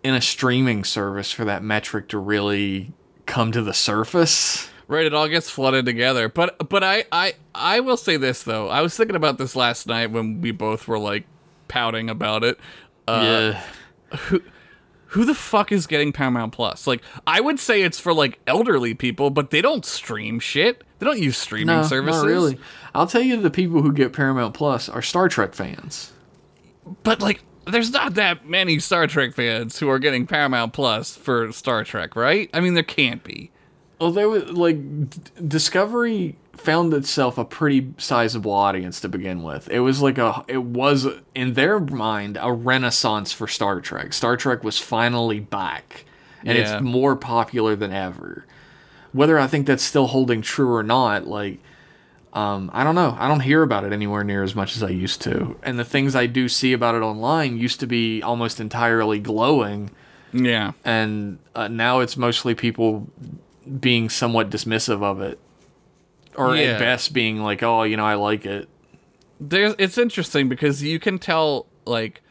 Speaker 1: in a streaming service for that metric to really come to the surface.
Speaker 2: Right, it all gets flooded together. But but I I I will say this though. I was thinking about this last night when we both were like pouting about it. Uh,
Speaker 1: yeah.
Speaker 2: Who the fuck is getting Paramount Plus? Like, I would say it's for like elderly people, but they don't stream shit. They don't use streaming
Speaker 1: No,
Speaker 2: services.
Speaker 1: Not really. I'll tell you, the people who get Paramount Plus are Star Trek fans.
Speaker 2: But like, there's not that many Star Trek fans who are getting Paramount Plus for Star Trek, right? I mean, there can't be.
Speaker 1: Although, like, D- Discovery found itself a pretty sizable audience to begin with. It was like a, it was in their mind a renaissance for Star Trek. Star Trek was finally back, and
Speaker 2: Yeah.
Speaker 1: it's more popular than ever. Whether I think that's still holding true or not, like, Um, I don't know. I don't hear about it anywhere near as much as I used to. And the things I do see about it online used to be almost entirely glowing,
Speaker 2: Yeah.
Speaker 1: and uh, now it's mostly people being somewhat dismissive of it, or
Speaker 2: Yeah.
Speaker 1: at best being like, "Oh, you know, I like it."
Speaker 2: there's it's interesting because you can tell like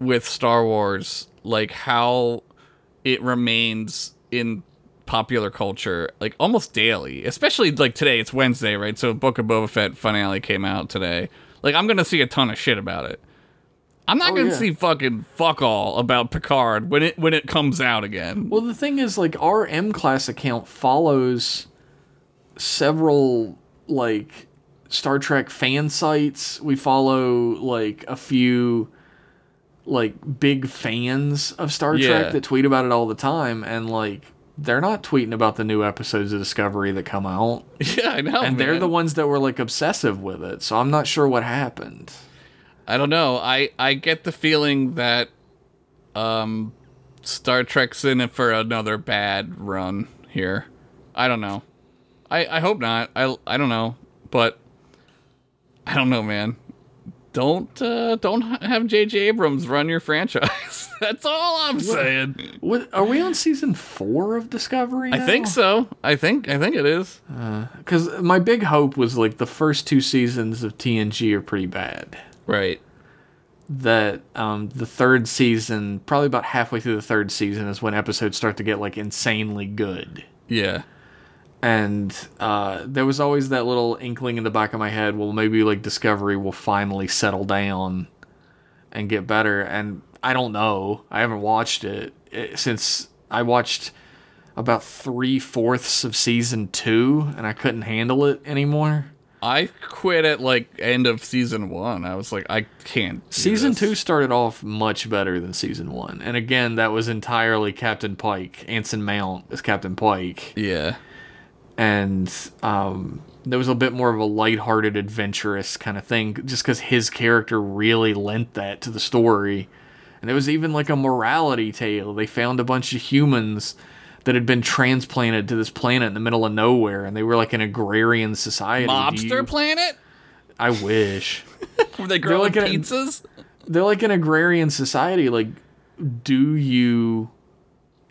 Speaker 2: with Star Wars like how it remains in popular culture like almost daily especially like today it's Wednesday right so Book of Boba Fett finale came out today like I'm gonna see a ton of shit about it I'm not
Speaker 1: Oh,
Speaker 2: gonna
Speaker 1: yeah.
Speaker 2: see fucking fuck all about Picard when it when it comes out again
Speaker 1: Well, the thing is, like, our M class account follows several like Star Trek fan sites. We follow like a few like big fans of Star
Speaker 2: Yeah.
Speaker 1: Trek that tweet about it all the time, and like they're not tweeting about the new episodes of Discovery that come out,
Speaker 2: yeah I know
Speaker 1: and they're
Speaker 2: Oh, man.
Speaker 1: the ones that were like obsessive with it. So I'm not sure what happened.
Speaker 2: I don't know. I I get the feeling that um Star Trek's in it for another bad run here. I don't know. I I hope not. I I don't know, but I don't know, man. Don't uh, don't ha- have J.J. Abrams run your franchise. That's all I'm saying.
Speaker 1: What, are we on season four of Discovery?
Speaker 2: I think
Speaker 1: now?
Speaker 2: so. I think I think it is.
Speaker 1: Because my big hope was like the first two seasons of TNG are pretty bad.
Speaker 2: Right.
Speaker 1: That um, the third season, probably about halfway through the third season, is when episodes start to get like insanely good.
Speaker 2: Yeah.
Speaker 1: And uh, there was always that little inkling in the back of my head, well, maybe like Discovery will finally settle down and get better. And I don't know. I haven't watched it, it since I watched about three fourths of season two and I couldn't handle it anymore.
Speaker 2: I quit at like end of season one. I was like, I can't. do
Speaker 1: Season
Speaker 2: this.
Speaker 1: two started off much better than season one, and again, that was entirely Captain Pike, Anson Mount as Captain Pike,
Speaker 2: Yeah.
Speaker 1: and um, there was a bit more of a lighthearted, adventurous kind of thing, just because his character really lent that to the story, and there was even like a morality tale. They found a bunch of humans that had been transplanted to this planet in the middle of nowhere, and they were like an agrarian society. Do
Speaker 2: Mobster
Speaker 1: you-
Speaker 2: Planet.
Speaker 1: I wish.
Speaker 2: Were they growing
Speaker 1: looking at-
Speaker 2: pizzas?
Speaker 1: they're like an agrarian society. Like, do you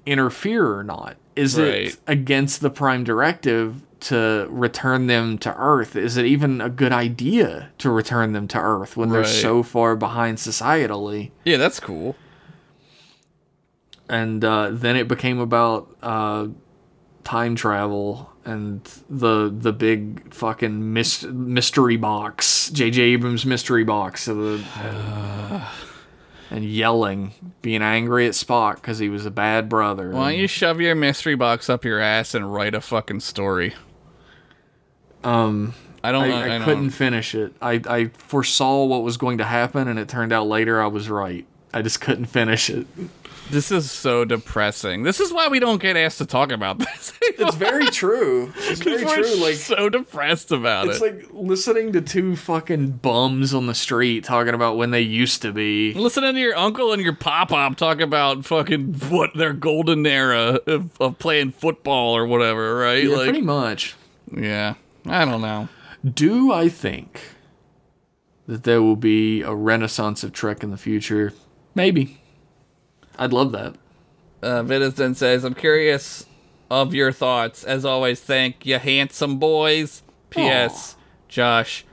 Speaker 1: interfere or not? Is
Speaker 2: Right.
Speaker 1: it against the prime directive to return them to Earth? Is it even a good idea to return them to Earth when they're
Speaker 2: Right.
Speaker 1: so far behind societally?
Speaker 2: Yeah, that's cool.
Speaker 1: And uh, then it became about uh, time travel and the the big fucking mys- mystery box, J.J. Abrams mystery box, of the and yelling, being angry at Spock because he was a bad brother.
Speaker 2: Why don't you shove your mystery box up your ass and write a fucking story?
Speaker 1: um,
Speaker 2: I don't. I,
Speaker 1: I, I
Speaker 2: don't-
Speaker 1: couldn't finish it. I, I foresaw what was going to happen, and it turned out later I was right. I just couldn't finish it.
Speaker 2: This is so depressing. This is why we don't get asked to talk about this.
Speaker 1: It's very true. It's very
Speaker 2: We're so depressed about
Speaker 1: It's
Speaker 2: it.
Speaker 1: like listening to two fucking bums on the street talking about when they used to be.
Speaker 2: Listening to your uncle and your pop up talk about fucking what their golden era of, of playing football or whatever, right?
Speaker 1: Yeah,
Speaker 2: like,
Speaker 1: pretty much.
Speaker 2: yeah. I don't know.
Speaker 1: Do I think that there will be a renaissance of Trek in the future? Maybe. I'd love that.
Speaker 2: Uh, Venison says, I'm curious of your thoughts. As always, thank you, handsome boys. P.S. Josh,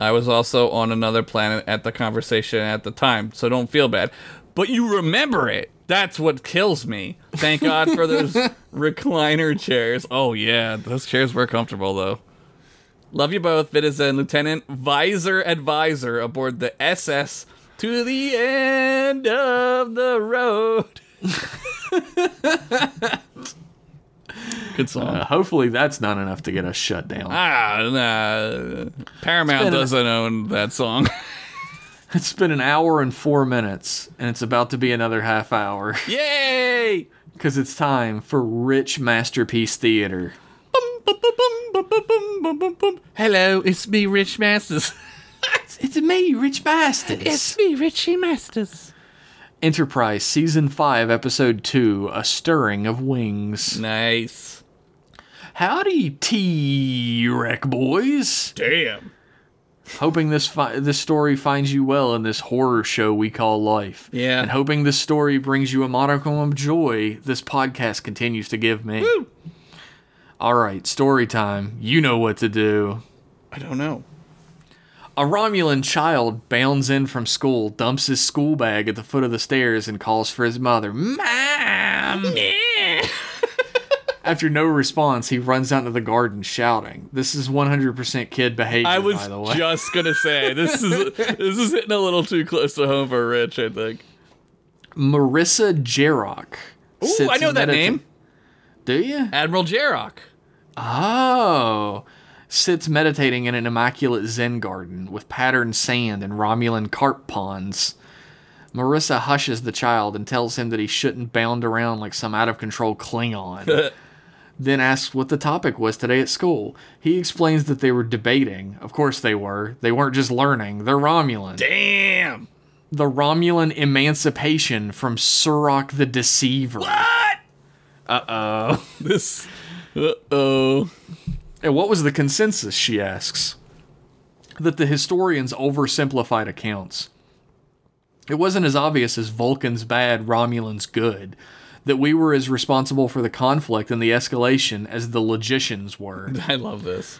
Speaker 2: I was also on another planet at the conversation at the time, so don't feel bad. But you remember it. That's what kills me. Thank God for those recliner chairs. Oh yeah, those chairs were comfortable though. Love you both, Vitizen, Lieutenant Visor Advisor aboard the SS to the end of the road. Good song.
Speaker 1: Uh, hopefully, that's not enough to get us shut down.
Speaker 2: ah, nah. Paramount
Speaker 1: been a-
Speaker 2: doesn't own that song.
Speaker 1: It's been an hour and four minutes, and it's about to be another half hour
Speaker 2: Yay!
Speaker 1: because it's time for Rich Masterpiece Theater.
Speaker 2: Hello, it's me, Rich Masters.
Speaker 1: It's me, Rich Masters.
Speaker 2: me, Richie Masters.
Speaker 1: Enterprise Season 5, Episode 2 A Stirring of Wings.
Speaker 2: Nice.
Speaker 1: Howdy, T Wreck Boys.
Speaker 2: Damn.
Speaker 1: Hoping this, fi- this story finds you well in this horror show we call life.
Speaker 2: Yeah.
Speaker 1: And hoping this story brings you a modicum of joy this podcast continues to give me.
Speaker 2: Woo.
Speaker 1: All right, story time. You know what to do.
Speaker 2: I don't know.
Speaker 1: A Romulan child bounds in from school, dumps his school bag at the foot of the stairs, and calls for his mother. Mom! After no response, he runs out into the garden shouting. This is 100% kid behavior,
Speaker 2: I was
Speaker 1: by the way.
Speaker 2: just gonna say this is this is hitting a little too close to home for Rich. I think.
Speaker 1: Marissa Jarrock.
Speaker 2: Ooh, I know that name.
Speaker 1: Do you?
Speaker 2: Admiral Jarrock.
Speaker 1: Oh. Sits meditating in an immaculate Zen garden with patterned sand and Romulan carp ponds. Marissa hushes the child and tells him that he shouldn't bound around like some out of control Klingon. then asks what the topic was today at school. He explains that they were debating. Of course they were. They weren't just learning, they're Romulan.
Speaker 2: Damn.
Speaker 1: The Romulan emancipation from Surak the Deceiver.
Speaker 2: What? Uh oh. This. Uh oh.
Speaker 1: And what was the consensus, she asks? That the historians oversimplified accounts. It wasn't as obvious as Vulcan's bad, Romulan's good, that we were as responsible for the conflict and the escalation as the logicians were.
Speaker 2: I love this.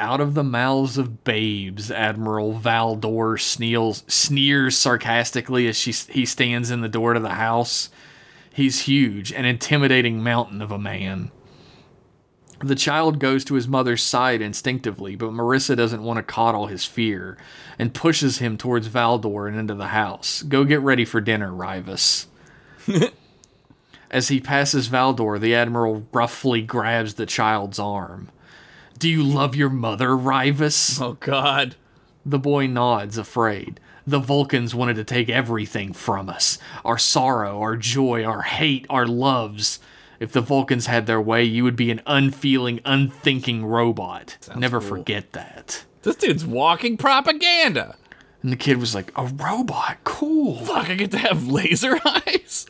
Speaker 1: Out of the mouths of babes, Admiral Valdor sneers, sneers sarcastically as she, he stands in the door to the house. He's huge, an intimidating mountain of a man. The child goes to his mother's side instinctively, but Marissa doesn't want to coddle his fear and pushes him towards Valdor and into the house. Go get ready for dinner, Rivas. As he passes Valdor, the Admiral roughly grabs the child's arm. Do you love your mother, Rivas?
Speaker 2: Oh God.
Speaker 1: The boy nods, afraid. The Vulcans wanted to take everything from us our sorrow, our joy, our hate, our loves. If the Vulcans had their way, you would be an unfeeling, unthinking robot. Never forget that.
Speaker 2: This dude's walking propaganda.
Speaker 1: And the kid was like, A robot? Cool.
Speaker 2: Fuck, I get to have laser eyes.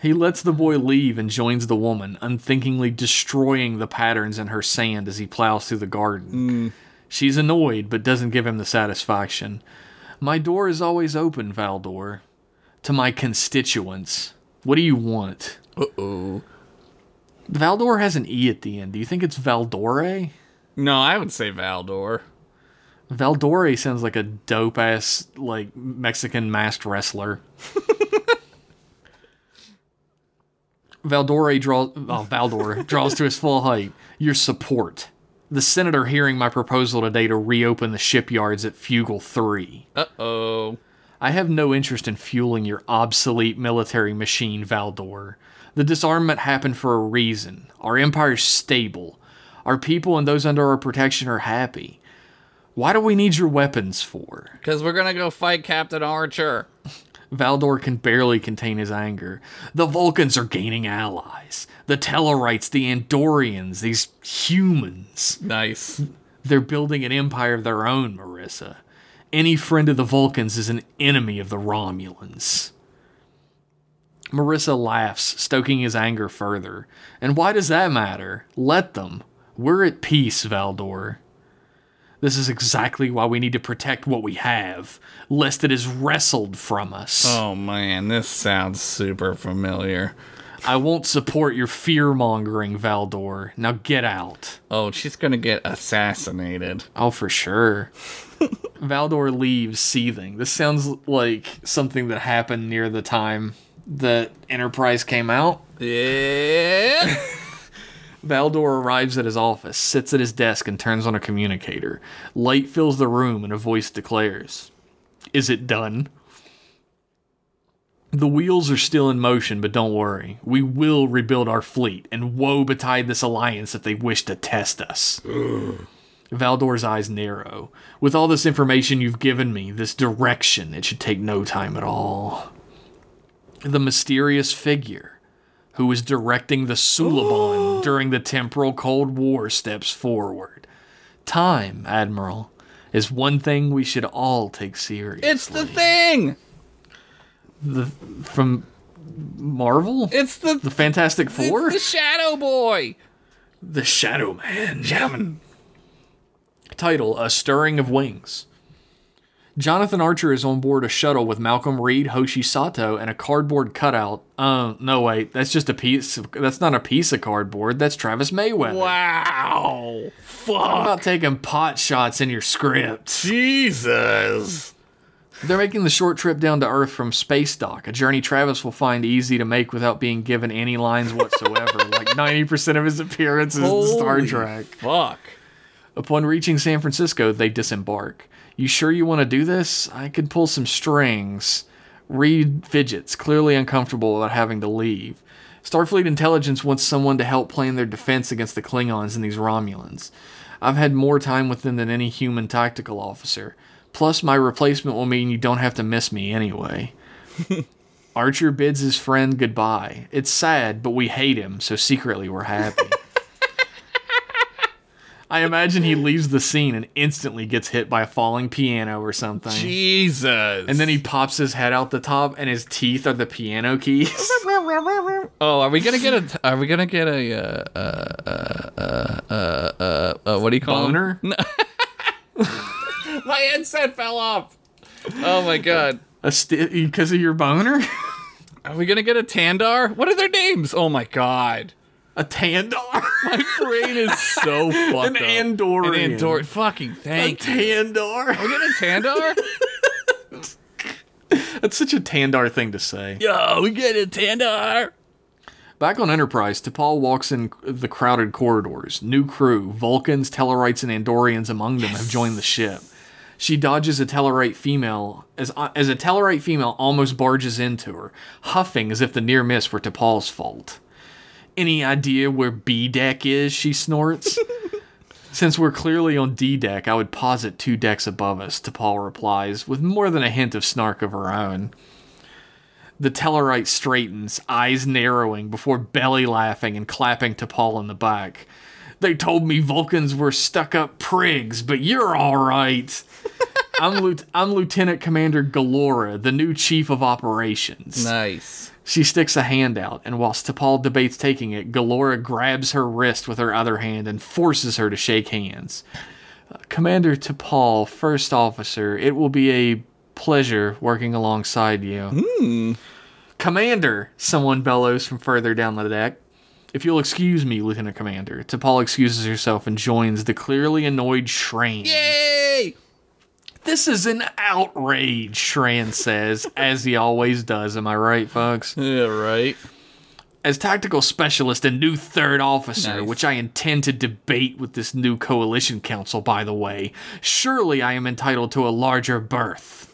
Speaker 1: He lets the boy leave and joins the woman, unthinkingly destroying the patterns in her sand as he plows through the garden. She's annoyed, but doesn't give him the satisfaction. My door is always open, Valdor. To my constituents. What do you want?
Speaker 2: Uh oh.
Speaker 1: Valdor has an E at the end. Do you think it's Valdore?
Speaker 2: No, I would say Valdor.
Speaker 1: Valdore sounds like a dope ass, like, Mexican masked wrestler. Valdore draws. Oh, Valdor draws to his full height. Your support. The senator hearing my proposal today to reopen the shipyards at Fugle Three.
Speaker 2: Uh oh.
Speaker 1: I have no interest in fueling your obsolete military machine, Valdor. The disarmament happened for a reason. Our empire's stable. Our people and those under our protection are happy. Why do we need your weapons for?
Speaker 2: Because we're gonna go fight Captain Archer.
Speaker 1: Valdor can barely contain his anger. The Vulcans are gaining allies. The Tellarites, the Andorians, these humans.
Speaker 2: Nice.
Speaker 1: They're building an empire of their own, Marissa. Any friend of the Vulcans is an enemy of the Romulans. Marissa laughs, stoking his anger further. And why does that matter? Let them. We're at peace, Valdor. This is exactly why we need to protect what we have, lest it is wrestled from us.
Speaker 2: Oh man, this sounds super familiar.
Speaker 1: I won't support your fear mongering, Valdor. Now get out.
Speaker 2: Oh, she's gonna get assassinated.
Speaker 1: Oh, for sure. Valdor leaves seething. This sounds like something that happened near the time the Enterprise came out.
Speaker 2: Yeah.
Speaker 1: Valdor arrives at his office, sits at his desk, and turns on a communicator. Light fills the room, and a voice declares, Is it done? The wheels are still in motion, but don't worry. We will rebuild our fleet, and woe betide this alliance if they wish to test us. Valdor's eyes narrow. With all this information you've given me, this direction, it should take no time at all. The mysterious figure who was directing the Suliban during the temporal Cold War steps forward. Time, Admiral, is one thing we should all take seriously.
Speaker 2: it's the thing.
Speaker 1: From Marvel?
Speaker 2: It's the
Speaker 1: the Fantastic Four?
Speaker 2: It's the Shadow Boy.
Speaker 1: The Shadow Man. Title A Stirring of Wings. Jonathan Archer is on board a shuttle with Malcolm Reed, Hoshi Sato, and a cardboard cutout. Uh, no, wait, that's just a piece. Of, that's not a piece of cardboard. That's Travis Mayweather.
Speaker 2: Wow.
Speaker 1: How
Speaker 2: Fuck.
Speaker 1: about taking pot shots in your script?
Speaker 2: Jesus.
Speaker 1: They're making the short trip down to Earth from Space Dock, a journey Travis will find easy to make without being given any lines whatsoever. like 90% of his appearances in Star
Speaker 2: Holy
Speaker 1: Trek.
Speaker 2: Fuck.
Speaker 1: Upon reaching San Francisco, they disembark. You sure you want to do this? I could pull some strings. Reed fidgets, clearly uncomfortable about having to leave. Starfleet intelligence wants someone to help plan their defense against the Klingons and these Romulans. I've had more time with them than any human tactical officer. Plus, my replacement will mean you don't have to miss me anyway. Archer bids his friend goodbye. It's sad, but we hate him, so secretly we're happy. I imagine he leaves the scene and instantly gets hit by a falling piano or something.
Speaker 2: Jesus.
Speaker 1: And then he pops his head out the top, and his teeth are the piano keys.
Speaker 2: Oh, are we gonna get a? Are we gonna get a? Uh, uh, uh, uh, uh, uh, what do you call 'em?
Speaker 1: Boner?
Speaker 2: My headset fell off. Oh my god.
Speaker 1: A sti because of your boner?
Speaker 2: Are we gonna get a Tandar? What are their names? Oh my god.
Speaker 1: A Tandar?
Speaker 2: Brain is so
Speaker 1: An
Speaker 2: fucked up.
Speaker 1: Andorian.
Speaker 2: An Andor. Fucking
Speaker 1: a
Speaker 2: thank. you.
Speaker 1: Tandar?
Speaker 2: we get a Tandar?
Speaker 1: That's such a Tandar thing to say.
Speaker 2: Yo, we get a Tandar.
Speaker 1: Back on Enterprise, T'Pol walks in the crowded corridors. New crew, Vulcans, Tellarites, and Andorians among them have joined the ship. She dodges a Tellarite female as uh, as a Tellarite female almost barges into her, huffing as if the near miss were T'Pol's fault. Any idea where B deck is? She snorts. Since we're clearly on D deck, I would posit two decks above us. T'Pol replies with more than a hint of snark of her own. The Tellarite straightens, eyes narrowing, before belly laughing and clapping to Paul in the back. They told me Vulcans were stuck up prigs, but you're all right. I'm, Lieu- I'm Lieutenant Commander Galora, the new Chief of Operations.
Speaker 2: Nice.
Speaker 1: She sticks a hand out, and whilst T'Pol debates taking it, Galora grabs her wrist with her other hand and forces her to shake hands. Uh, Commander T'Pol, First Officer, it will be a pleasure working alongside you. Commander, someone bellows from further down the deck. If you'll excuse me, Lieutenant Commander. T'Pol excuses herself and joins the clearly annoyed Shran.
Speaker 2: Yay!
Speaker 1: This is an outrage, Shran says, as he always does. Am I right, folks?
Speaker 2: Yeah, right.
Speaker 1: As tactical specialist and new third officer,
Speaker 2: Nice.
Speaker 1: which I intend to debate with this new coalition council, by the way, surely I am entitled to a larger berth.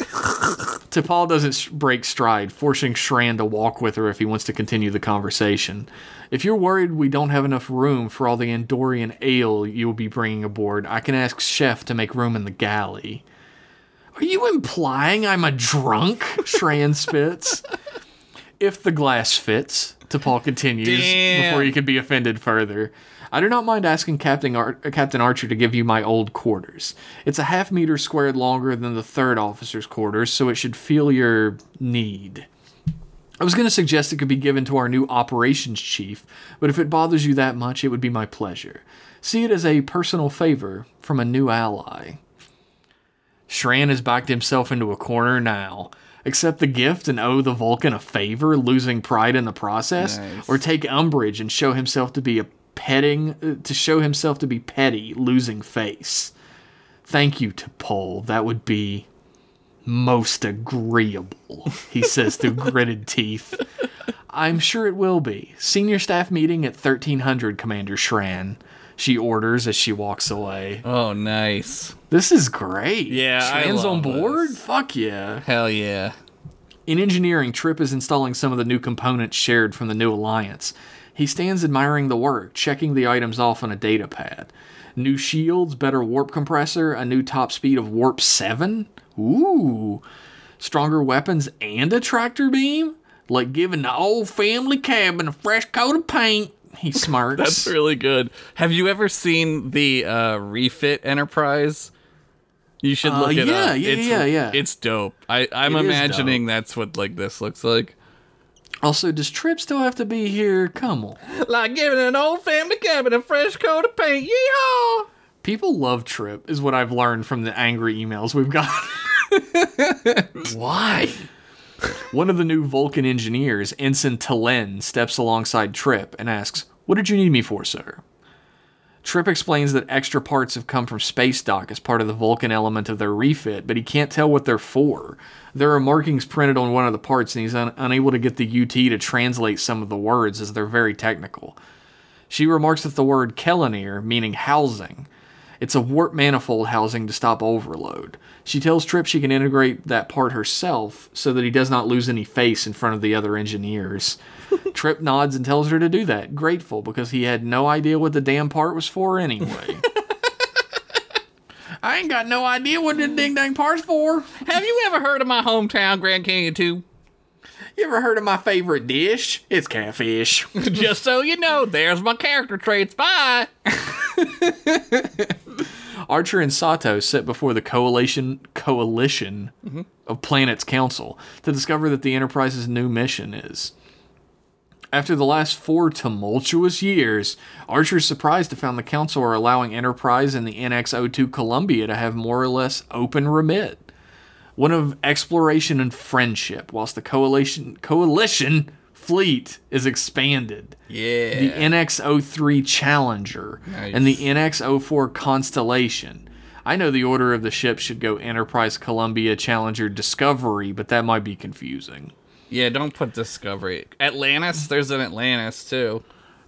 Speaker 1: T'Pol doesn't s- break stride, forcing Shran to walk with her if he wants to continue the conversation. If you're worried we don't have enough room for all the Andorian ale you'll be bringing aboard, I can ask Chef to make room in the galley. Are you implying I'm a drunk? Shran spits. If the glass fits, T'Pol continues
Speaker 2: Damn.
Speaker 1: before you could be offended further. I do not mind asking Captain, Ar- Captain Archer to give you my old quarters. It's a half meter squared longer than the third officer's quarters, so it should feel your need. I was going to suggest it could be given to our new operations chief, but if it bothers you that much, it would be my pleasure. See it as a personal favor from a new ally. Shran has backed himself into a corner now. Accept the gift and owe the Vulcan a favor, losing pride in the process,
Speaker 2: Nice.
Speaker 1: or take umbrage and show himself to be a petting uh, to show himself to be petty, losing face. Thank you to Paul. That would be most agreeable, he says through gritted teeth. I'm sure it will be. Senior staff meeting at 1300, Commander Shran, she orders as she walks away.
Speaker 2: Oh, nice.
Speaker 1: This is great.
Speaker 2: Yeah, I
Speaker 1: Shran's on
Speaker 2: love
Speaker 1: board?
Speaker 2: this.
Speaker 1: Fuck yeah.
Speaker 2: Hell yeah.
Speaker 1: In engineering, Trip is installing some of the new components shared from the new Alliance. He stands admiring the work, checking the items off on a data pad. New shields, better warp compressor, a new top speed of warp 7? Ooh. Stronger weapons and a tractor beam? Like giving the old family cabin a fresh coat of paint. He smirks.
Speaker 2: That's really good. Have you ever seen the uh, Refit Enterprise? You should look it
Speaker 1: yeah,
Speaker 2: up.
Speaker 1: yeah,
Speaker 2: it's,
Speaker 1: yeah, yeah.
Speaker 2: It's dope. I, I'm
Speaker 1: It is
Speaker 2: imagining that's what like this looks like.
Speaker 1: Also, does Trip still have to be here? Come on.
Speaker 2: Like giving an old family cabin a fresh coat of paint. Yeehaw!
Speaker 1: People love Trip, is what I've learned from the angry emails we've got. Why? One of the new Vulcan engineers, Ensign Talen, steps alongside Trip and asks, What did you need me for, sir? Trip explains that extra parts have come from Space Dock as part of the Vulcan element of their refit, but he can't tell what they're for. There are markings printed on one of the parts, and he's un- unable to get the UT to translate some of the words as they're very technical. She remarks that the word Kellanir, meaning housing, it's a warp manifold housing to stop overload. She tells Trip she can integrate that part herself so that he does not lose any face in front of the other engineers. Trip nods and tells her to do that, grateful because he had no idea what the damn part was for anyway. I ain't got no idea what the ding dang part's for.
Speaker 2: Have you ever heard of my hometown, Grand Canyon 2?
Speaker 1: You ever heard of my favorite dish? It's catfish.
Speaker 2: Just so you know, there's my character traits. Bye.
Speaker 1: Archer and Sato sit before the coalition coalition of planets council to discover that the Enterprise's new mission is. After the last four tumultuous years, Archer is surprised to find the council are allowing Enterprise and the NX-02 Columbia to have more or less open remit. One of exploration and friendship, whilst the coalition coalition fleet is expanded
Speaker 2: Yeah.
Speaker 1: the NX03 Challenger
Speaker 2: Nice.
Speaker 1: and the NX04 Constellation. I know the order of the ships should go Enterprise, Columbia, Challenger, Discovery, but that might be confusing.
Speaker 2: yeah, don't put Discovery. Atlantis, there's an Atlantis too.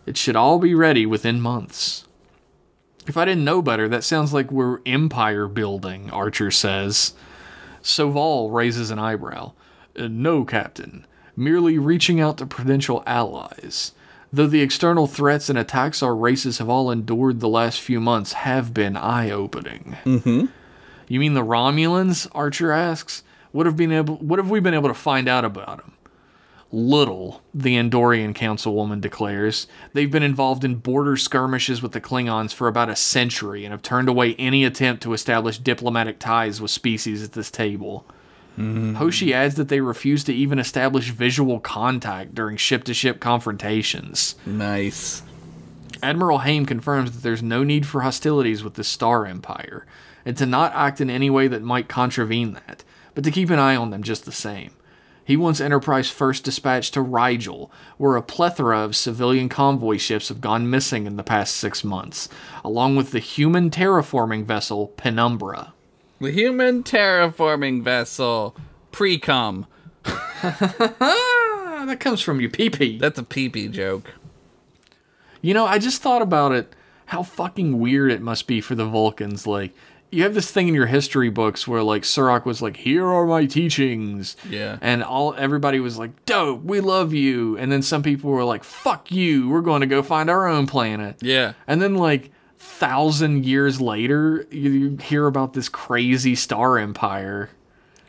Speaker 1: It should all be ready within months. If I didn't know better, that sounds like we're empire building, Archer says. Soval raises an eyebrow. "Uh, No, Captain. Merely reaching out to potential allies. Though the external threats and attacks our races have all endured the last few months have been eye opening. Mm-hmm. You mean the Romulans? Archer asks. What have, been able, what have we been able to find out about them? little, the Andorian councilwoman declares. They've been involved in border skirmishes with the Klingons for about a century and have turned away any attempt to establish diplomatic ties with species at this table. Hoshi adds that they refuse to even establish visual contact during ship to ship confrontations.
Speaker 2: Nice.
Speaker 1: Admiral Haim confirms that there's no need for hostilities with the Star Empire, and to not act in any way that might contravene that, but to keep an eye on them just the same. He wants Enterprise first dispatched to Rigel, where a plethora of civilian convoy ships have gone missing in the past six months, along with the human terraforming vessel Penumbra.
Speaker 2: The human terraforming vessel, Precom.
Speaker 1: Ah, that comes from your pee
Speaker 2: That's a pee pee joke.
Speaker 1: You know, I just thought about it how fucking weird it must be for the Vulcans. Like, you have this thing in your history books where like Surak was like, "Here are my teachings."
Speaker 2: Yeah.
Speaker 1: And all everybody was like, "Dope, we love you." And then some people were like, "Fuck you. We're going to go find our own planet."
Speaker 2: Yeah.
Speaker 1: And then like thousand years later, you, you hear about this crazy star empire.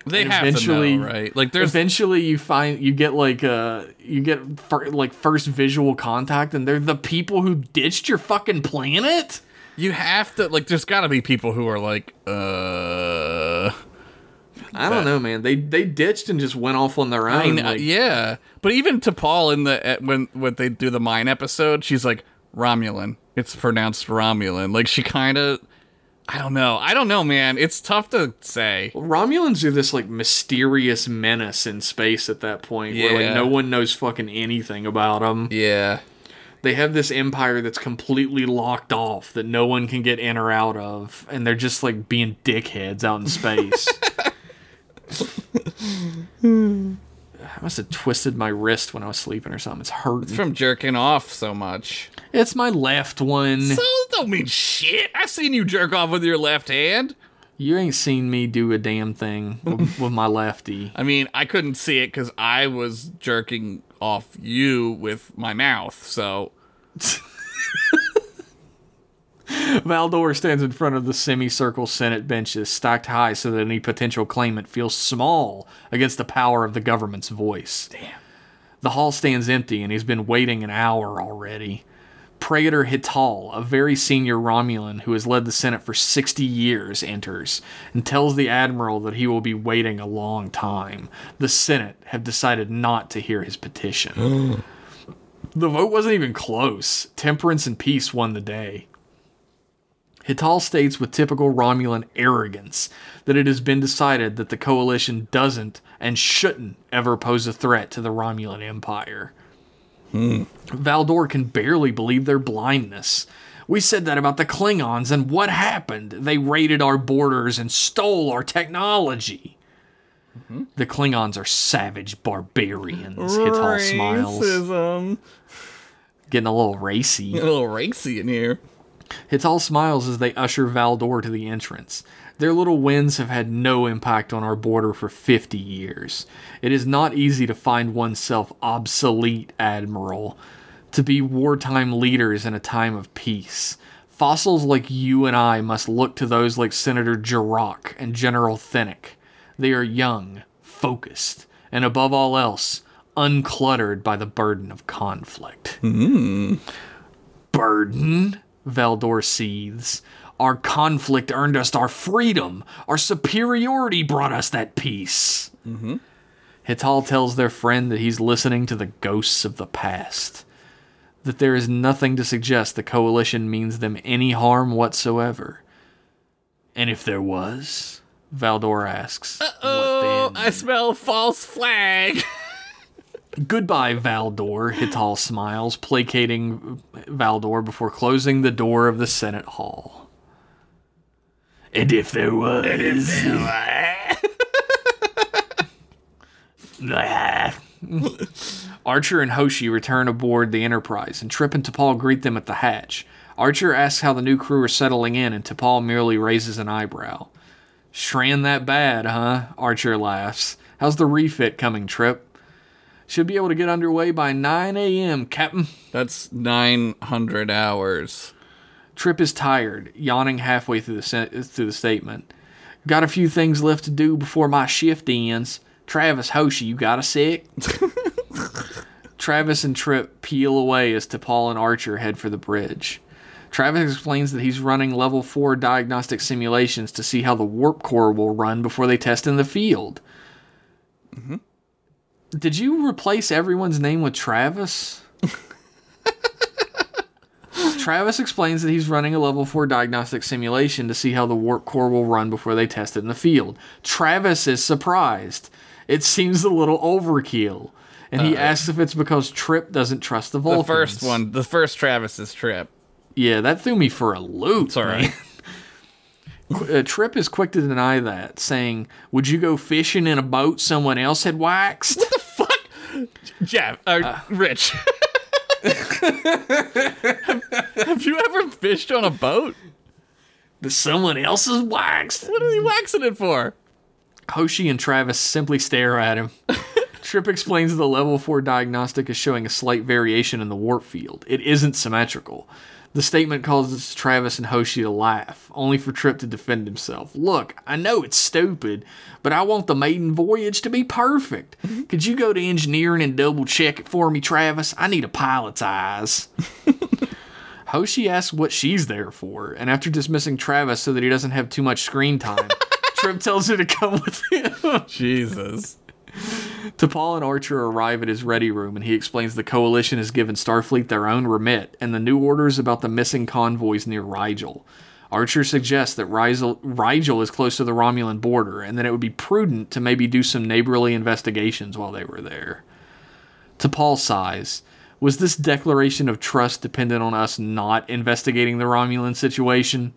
Speaker 2: They
Speaker 1: And
Speaker 2: have
Speaker 1: eventually-
Speaker 2: to know, right? Like there's
Speaker 1: Eventually, you find you get like uh you get fir- like first visual contact, and they're the people who ditched your fucking planet.
Speaker 2: you have to like there's got to be people who are like uh
Speaker 1: I don't know, man. They they ditched and just went off on their own.
Speaker 2: I mean, uh,
Speaker 1: like,
Speaker 2: yeah. But even to Paul in the at- when when they do the mine episode, she's like Romulan. It's pronounced Romulan. Like she kind of I don't know. I don't know, man. It's tough to say.
Speaker 1: Romulans are this like mysterious menace in space at that point, where like
Speaker 2: Yeah.
Speaker 1: no one knows fucking anything about them.
Speaker 2: Yeah.
Speaker 1: They have this empire that's completely locked off that no one can get in or out of, and they're just like being dickheads out in space. must have twisted my wrist when I was sleeping or something. It's hurting.
Speaker 2: from jerking off so much.
Speaker 1: It's my left one.
Speaker 2: So that don't mean shit. I've seen you jerk off with your left hand.
Speaker 1: You ain't seen me do a damn thing with, with my lefty.
Speaker 2: I mean, I couldn't see it because I was jerking off you with my mouth. So
Speaker 1: Valdor stands in front of the semicircle Senate benches, stacked high so that any potential claimant feels small against the power of the government's voice. Damn. The hall stands empty, and he's been waiting an hour already. Praetor Hital, a very senior Romulan who has led the Senate for 60 years, enters and tells the Admiral that he will be waiting a long time. The Senate have decided not to hear his petition. the vote wasn't even close. Temperance and peace won the day. Hital states with typical Romulan arrogance that it has been decided that the coalition doesn't and shouldn't ever pose a threat to the Romulan Empire. Valdor can barely believe their blindness. We said that about the Klingons, and what happened? They raided our borders and stole our technology. The Klingons are savage barbarians, Hital smiles,
Speaker 2: Racism.
Speaker 1: getting a little racy.
Speaker 2: A little racy in here.
Speaker 1: Hital smiles as they usher Valdor to the entrance. Their little wins have had no impact on our border for 50 years. It is not easy to find oneself obsolete, Admiral, to be wartime leaders in a time of peace. Fossils like you and I must look to those like Senator Jirok and General Thenick. They are young, focused, and above all else, uncluttered by the burden of conflict burden, Valdor seethes. Our conflict earned us our freedom. Our superiority brought us that peace. Mm-hmm. Hital tells their friend that he's listening to the ghosts of the past. That there is nothing to suggest the coalition means them any harm whatsoever. And if there was, Valdor asks,
Speaker 2: Oh,
Speaker 1: what then?
Speaker 2: I smell false flag.
Speaker 1: Goodbye, Valdor, Hital smiles, placating Valdor before closing the door of the Senate Hall. And if there was. Archer and Hoshi return aboard the Enterprise, and Trip and T'Pol greet them at the hatch. Archer asks how the new crew are settling in, and T'Pol merely raises an eyebrow. Shran that bad, huh? Archer laughs. How's the refit coming, Trip? Should be able to get underway by 9 a.m., Captain.
Speaker 2: That's 900 hours.
Speaker 1: Trip is tired, yawning halfway through the sen- through the statement. Got a few things left to do before my shift ends. Travis Hoshi, you got a sec? Travis and Trip peel away as T'Pol and Archer head for the bridge. Travis explains that he's running level 4 diagnostic simulations to see how the warp core will run before they test in the field.
Speaker 2: Mm-hmm.
Speaker 1: Did you replace everyone's name with Travis? Travis explains that he's running a level 4 diagnostic simulation to see how the warp core will run before they test it in the field. Travis is surprised. It seems a little overkill. And he asks if it's because Trip doesn't trust the
Speaker 2: Uh, The
Speaker 1: Vulcans.
Speaker 2: first one, the first Travis's trip.
Speaker 1: Yeah, that threw me for a loop.
Speaker 2: It's all right.
Speaker 1: Uh, Trip is quick to deny that, saying, Would you go fishing in a boat someone else had waxed?
Speaker 2: Jeff, uh, Rich. have, have you ever fished on a boat?
Speaker 1: That someone else is waxed?
Speaker 2: What are you waxing it for?
Speaker 1: Hoshi and Travis simply stare at him. Trip explains the level 4 diagnostic is showing a slight variation in the warp field. It isn't symmetrical. The statement causes Travis and Hoshi to laugh, only for Trip to defend himself. Look, I know it's stupid, but I want the maiden voyage to be perfect. Could you go to engineering and double check it for me, Travis? I need a pilot's eyes. Hoshi asks what she's there for, and after dismissing Travis so that he doesn't have too much screen time, Trip tells her to come with him.
Speaker 2: Oh, Jesus.
Speaker 1: T'Pol and Archer arrive at his ready room, and he explains the Coalition has given Starfleet their own remit, and the new orders about the missing convoys near Rigel. Archer suggests that Rigel, Rigel is close to the Romulan border, and that it would be prudent to maybe do some neighborly investigations while they were there. T'Pol sighs. Was this declaration of trust dependent on us not investigating the Romulan situation?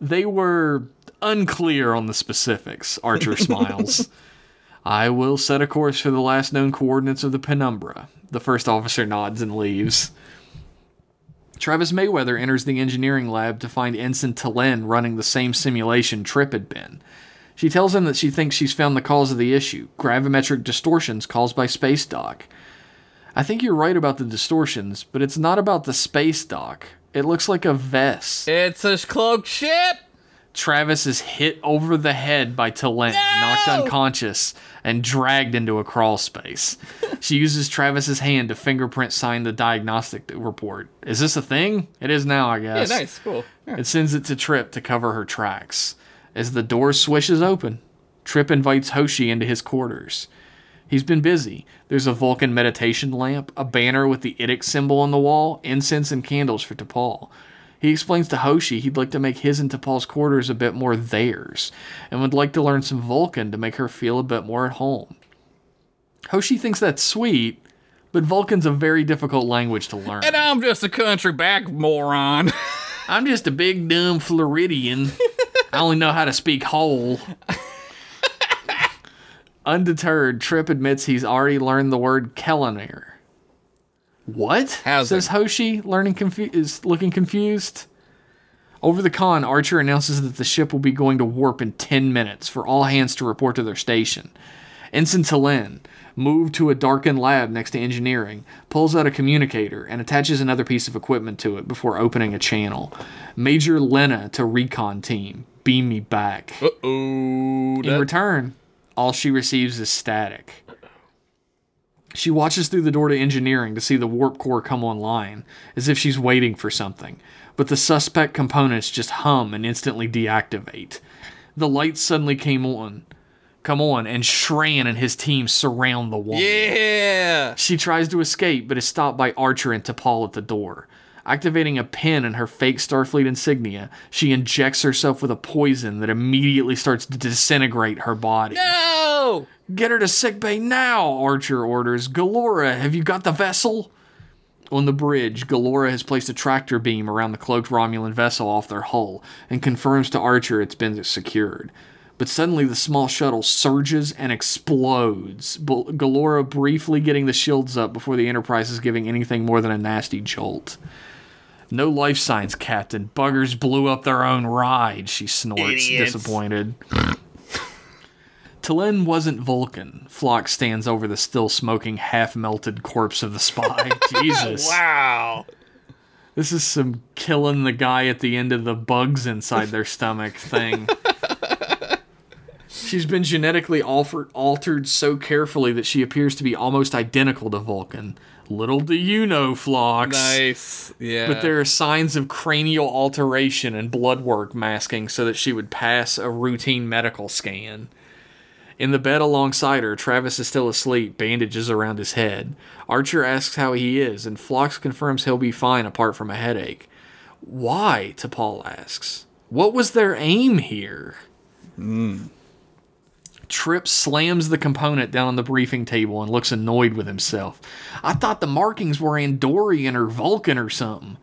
Speaker 1: They were unclear on the specifics, Archer smiles. I will set a course for the last known coordinates of the penumbra. The first officer nods and leaves. Travis Mayweather enters the engineering lab to find Ensign Talen running the same simulation Trip had been. She tells him that she thinks she's found the cause of the issue gravimetric distortions caused by space dock. I think you're right about the distortions, but it's not about the space dock. It looks like a vest.
Speaker 2: It's a cloaked ship.
Speaker 1: Travis is hit over the head by Talent, knocked unconscious, and dragged into a crawl space. she uses Travis's hand to fingerprint sign the diagnostic report. Is this a thing? It is now, I
Speaker 2: Yeah,
Speaker 1: guess.
Speaker 2: nice, cool. Yeah.
Speaker 1: It sends it to Trip to cover her tracks. As the door swishes open, Trip invites Hoshi into his quarters. He's been busy. There's a Vulcan meditation lamp, a banner with the Idik symbol on the wall, incense and candles for T'Pol. He explains to Hoshi he'd like to make his and T'Pol's quarters a bit more theirs, and would like to learn some Vulcan to make her feel a bit more at home. Hoshi thinks that's sweet, but Vulcan's a very difficult language to learn.
Speaker 2: And I'm just a country back moron.
Speaker 1: I'm just a big dumb Floridian. I only know how to speak whole. Undeterred, Tripp admits he's already learned the word Kellenair. What?
Speaker 2: Housing.
Speaker 1: Says Hoshi, learning confu- is looking confused. Over the con, Archer announces that the ship will be going to warp in 10 minutes for all hands to report to their station. Ensign Talen, moved to a darkened lab next to engineering, pulls out a communicator and attaches another piece of equipment to it before opening a channel. Major Lena to recon team, beam me back.
Speaker 2: Uh oh.
Speaker 1: In return, all she receives is static. She watches through the door to engineering to see the warp core come online, as if she's waiting for something, but the suspect components just hum and instantly deactivate. The lights suddenly came on. Come on, and Shran and his team surround the wall.
Speaker 2: Yeah.
Speaker 1: She tries to escape, but is stopped by Archer and T'Pol at the door. Activating a pin in her fake Starfleet insignia, she injects herself with a poison that immediately starts to disintegrate her body.
Speaker 2: No.
Speaker 1: Get her to sickbay now, Archer orders. Galora, have you got the vessel? On the bridge, Galora has placed a tractor beam around the cloaked Romulan vessel off their hull and confirms to Archer it's been secured. But suddenly, the small shuttle surges and explodes, Bel- Galora briefly getting the shields up before the Enterprise is giving anything more than a nasty jolt. No life signs, Captain. Buggers blew up their own ride, she snorts,
Speaker 2: Idiots.
Speaker 1: disappointed. Talen wasn't Vulcan. Flock stands over the still smoking, half melted corpse of the spy. Jesus.
Speaker 2: Wow.
Speaker 1: This is some killing the guy at the end of the bugs inside their stomach thing. She's been genetically alfer- altered so carefully that she appears to be almost identical to Vulcan. Little do you know, Phlox.
Speaker 2: Nice. Yeah.
Speaker 1: But there are signs of cranial alteration and blood work masking so that she would pass a routine medical scan. In the bed alongside her, Travis is still asleep, bandages around his head. Archer asks how he is, and Phlox confirms he'll be fine apart from a headache. Why? T'Pol asks. What was their aim here? Tripp slams the component down on the briefing table and looks annoyed with himself. I thought the markings were Andorian or Vulcan or something.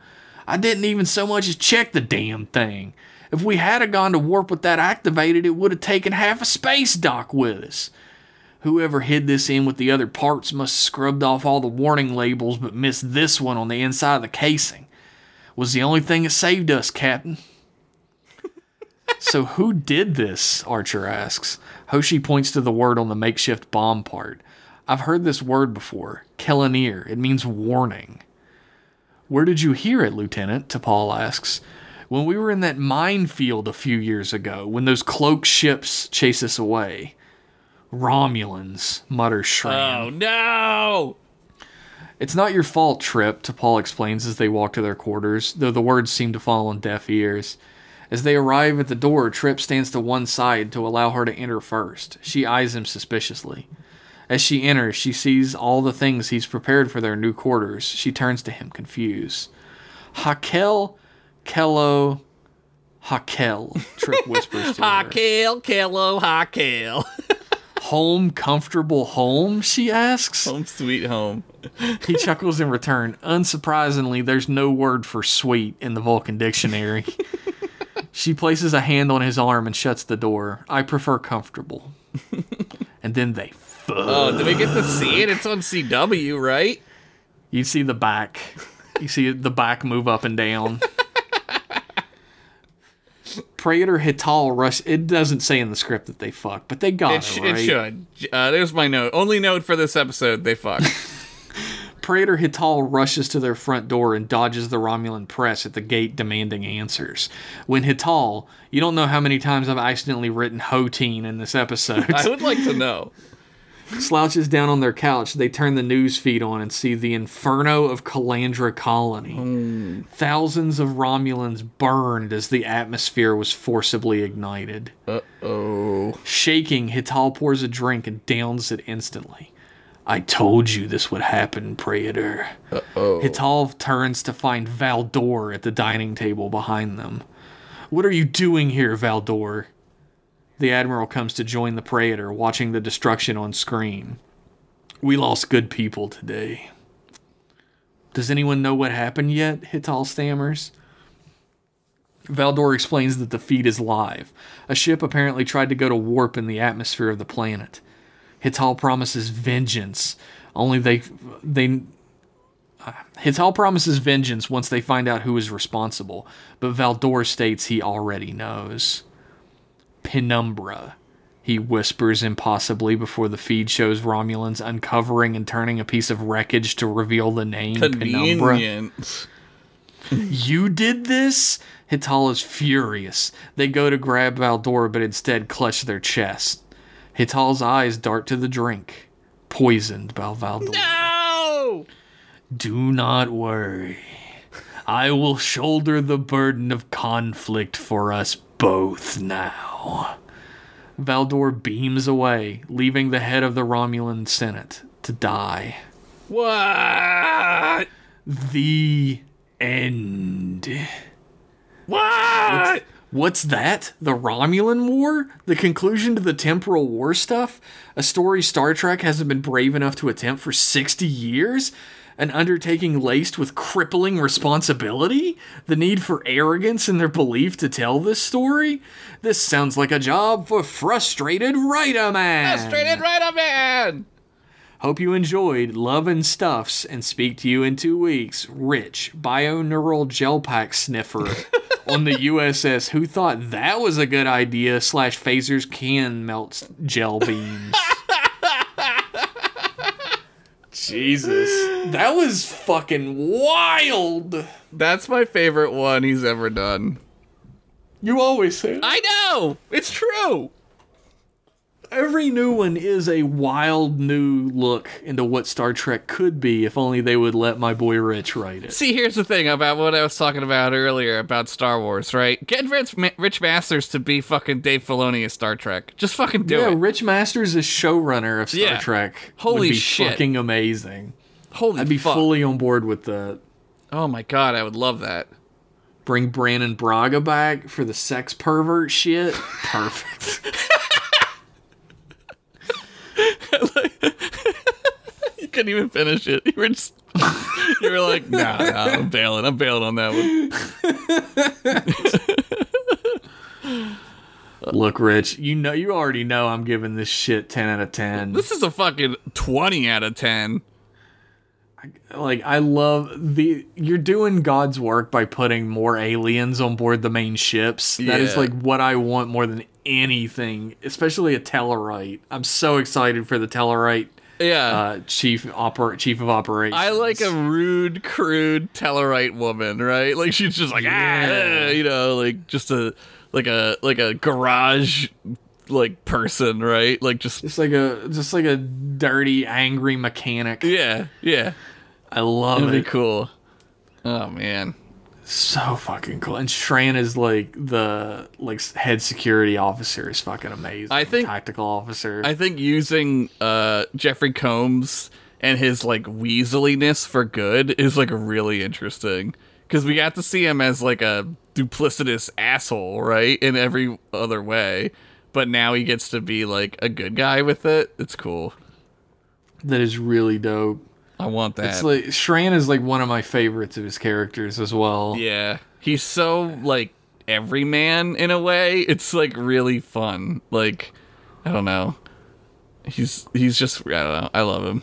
Speaker 1: I didn't even so much as check the damn thing. If we had a gone to warp with that activated, it would have taken half a space dock with us. Whoever hid this in with the other parts must have scrubbed off all the warning labels but missed this one on the inside of the casing. Was the only thing that saved us, Captain. So who did this? Archer asks. Hoshi points to the word on the makeshift bomb part. I've heard this word before. Kellanir. It means warning. Where did you hear it, Lieutenant? T'Pol asks. When we were in that minefield a few years ago, when those cloaked ships chase us away. Romulans, mutters Shran.
Speaker 2: oh no.
Speaker 1: It's not your fault, Trip, T'Pol explains as they walk to their quarters, though the words seem to fall on deaf ears. As they arrive at the door, Trip stands to one side to allow her to enter first. She eyes him suspiciously. As she enters, she sees all the things he's prepared for their new quarters. She turns to him, confused. Hakel, Kello, Hakel, Trip whispers to her.
Speaker 2: Hakel, Kello, Hakel.
Speaker 1: Home, comfortable home? She asks.
Speaker 2: Home sweet home.
Speaker 1: He chuckles in return. Unsurprisingly, there's no word for sweet in the Vulcan dictionary. she places a hand on his arm and shuts the door. I prefer comfortable. and then they fuck.
Speaker 2: Oh, did we get to see it? It's on CW, right?
Speaker 1: You see the back. You see the back move up and down. Praetor Hital rush. It doesn't say in the script that they fuck, but they got
Speaker 2: It,
Speaker 1: it,
Speaker 2: sh-
Speaker 1: right.
Speaker 2: it should. Uh, there's my note. Only note for this episode. They fuck.
Speaker 1: Praetor Hital rushes to their front door and dodges the Romulan press at the gate demanding answers. When Hital, you don't know how many times I've accidentally written Hoteen in this episode,
Speaker 2: I would like to know.
Speaker 1: slouches down on their couch. They turn the news feed on and see the inferno of Calandra Colony. Thousands of Romulans burned as the atmosphere was forcibly ignited.
Speaker 2: Uh oh.
Speaker 1: Shaking, Hital pours a drink and downs it instantly. I told you this would happen, Praetor.
Speaker 2: Oh.
Speaker 1: Hital turns to find Valdor at the dining table behind them. What are you doing here, Valdor? The Admiral comes to join the Praetor, watching the destruction on screen. We lost good people today. Does anyone know what happened yet? Hital stammers. Valdor explains that the feed is live. A ship apparently tried to go to warp in the atmosphere of the planet. Hital promises vengeance. Only they they uh, Hital promises vengeance once they find out who is responsible, but Valdor states he already knows. Penumbra, he whispers impossibly before the feed shows Romulans uncovering and turning a piece of wreckage to reveal the name Penumbra.
Speaker 2: Convenient.
Speaker 1: You did this? Hital is furious. They go to grab Valdor, but instead clutch their chest. Hital's eyes dart to the drink, poisoned by Valdor.
Speaker 2: No.
Speaker 1: Do not worry. I will shoulder the burden of conflict for us both now. Valdor beams away, leaving the head of the Romulan Senate to die.
Speaker 2: What?
Speaker 1: The end.
Speaker 2: What?
Speaker 1: What's that? The Romulan War? The conclusion to the temporal war stuff? A story Star Trek hasn't been brave enough to attempt for 60 years? An undertaking laced with crippling responsibility? The need for arrogance in their belief to tell this story? This sounds like a job for frustrated writer man.
Speaker 2: Frustrated writer man.
Speaker 1: Hope you enjoyed Love and Stuffs and speak to you in two weeks. Rich, bioneural gel pack sniffer on the USS who thought that was a good idea, slash phasers can melt gel beams. Jesus. That was fucking wild.
Speaker 2: That's my favorite one he's ever done.
Speaker 1: You always say that.
Speaker 2: I know. It's true.
Speaker 1: every new one is a wild new look into what Star Trek could be if only they would let my boy Rich write it.
Speaker 2: See, here's the thing about what I was talking about earlier about Star Wars, right? Get Rich, Ma- Rich Masters to be fucking Dave Filoni as Star Trek. Just fucking do
Speaker 1: yeah,
Speaker 2: it.
Speaker 1: Rich Masters is showrunner of Star
Speaker 2: Yeah.
Speaker 1: Trek.
Speaker 2: Holy
Speaker 1: would be
Speaker 2: shit.
Speaker 1: Fucking amazing!
Speaker 2: Holy
Speaker 1: I'd be
Speaker 2: fuck.
Speaker 1: fully on board with that.
Speaker 2: oh my god, I would love that.
Speaker 1: Bring Brandon Braga back for the sex pervert shit. Perfect.
Speaker 2: You couldn't even finish it. You were just. you were like, nah, nah, I'm bailing. I'm bailing on that one.
Speaker 1: Look, Rich, you know you already know I'm giving this shit ten out of ten.
Speaker 2: This is a fucking 20 out of 10.
Speaker 1: Like I love the you're doing God's work by putting more aliens on board the main ships. That is
Speaker 2: Yeah.
Speaker 1: like what I want more than anything, especially a Tellarite. I'm so excited for the Tellarite
Speaker 2: Yeah.
Speaker 1: uh, chief oper- chief of operations.
Speaker 2: I like a rude, crude Tellarite woman, right? Like she's just like ah,
Speaker 1: Yeah.
Speaker 2: you know, like just a like a like a garage like person, right? Like just
Speaker 1: just like a just like a dirty angry mechanic.
Speaker 2: yeah, yeah.
Speaker 1: I love
Speaker 2: That'd
Speaker 1: it.
Speaker 2: be cool. Oh man,
Speaker 1: So fucking cool. And Shran is like the like s- head security officer is fucking amazing.
Speaker 2: I think-
Speaker 1: tactical officer.
Speaker 2: I think using uh Jeffrey Combs and his like weaseliness for good is like really interesting because we got to see him as like a duplicitous asshole, right? In every other way, but now he gets to be like a good guy with it. It's cool.
Speaker 1: that is really dope.
Speaker 2: I want that.
Speaker 1: It's like Shran is like one of my favorites of his characters as well.
Speaker 2: yeah, he's so like every man in a way. It's like really fun. Like I don't know. He's he's just I don't know. I love him.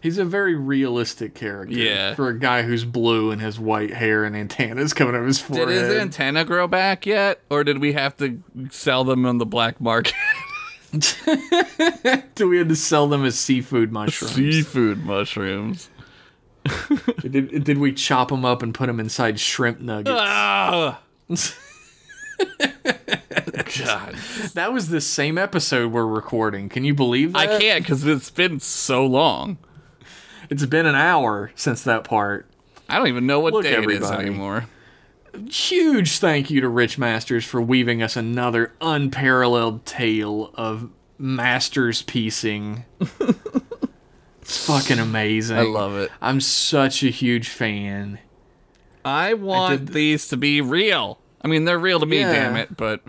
Speaker 1: He's a very realistic character
Speaker 2: Yeah.
Speaker 1: for a guy who's blue and has white hair and antennas coming out of his
Speaker 2: Did
Speaker 1: forehead.
Speaker 2: his antenna grow back yet, or did we have to sell them on the black market?
Speaker 1: So we had to sell them as seafood mushrooms.
Speaker 2: Seafood mushrooms.
Speaker 1: did, did we chop them up and put them inside shrimp nuggets?
Speaker 2: Ah! God,
Speaker 1: that was the same episode we're recording. Can you believe
Speaker 2: I
Speaker 1: that?
Speaker 2: can't because it's been so long.
Speaker 1: It's been an hour since that part.
Speaker 2: I don't even know what
Speaker 1: Look,
Speaker 2: day it is
Speaker 1: everybody.
Speaker 2: anymore.
Speaker 1: Huge thank you to Rich Masters for weaving us another unparalleled tale of Masters piecing. it's fucking amazing.
Speaker 2: I love it.
Speaker 1: I'm such a huge fan.
Speaker 2: I want these to be real. I mean, they're real to me,
Speaker 1: Yeah.
Speaker 2: damn it. But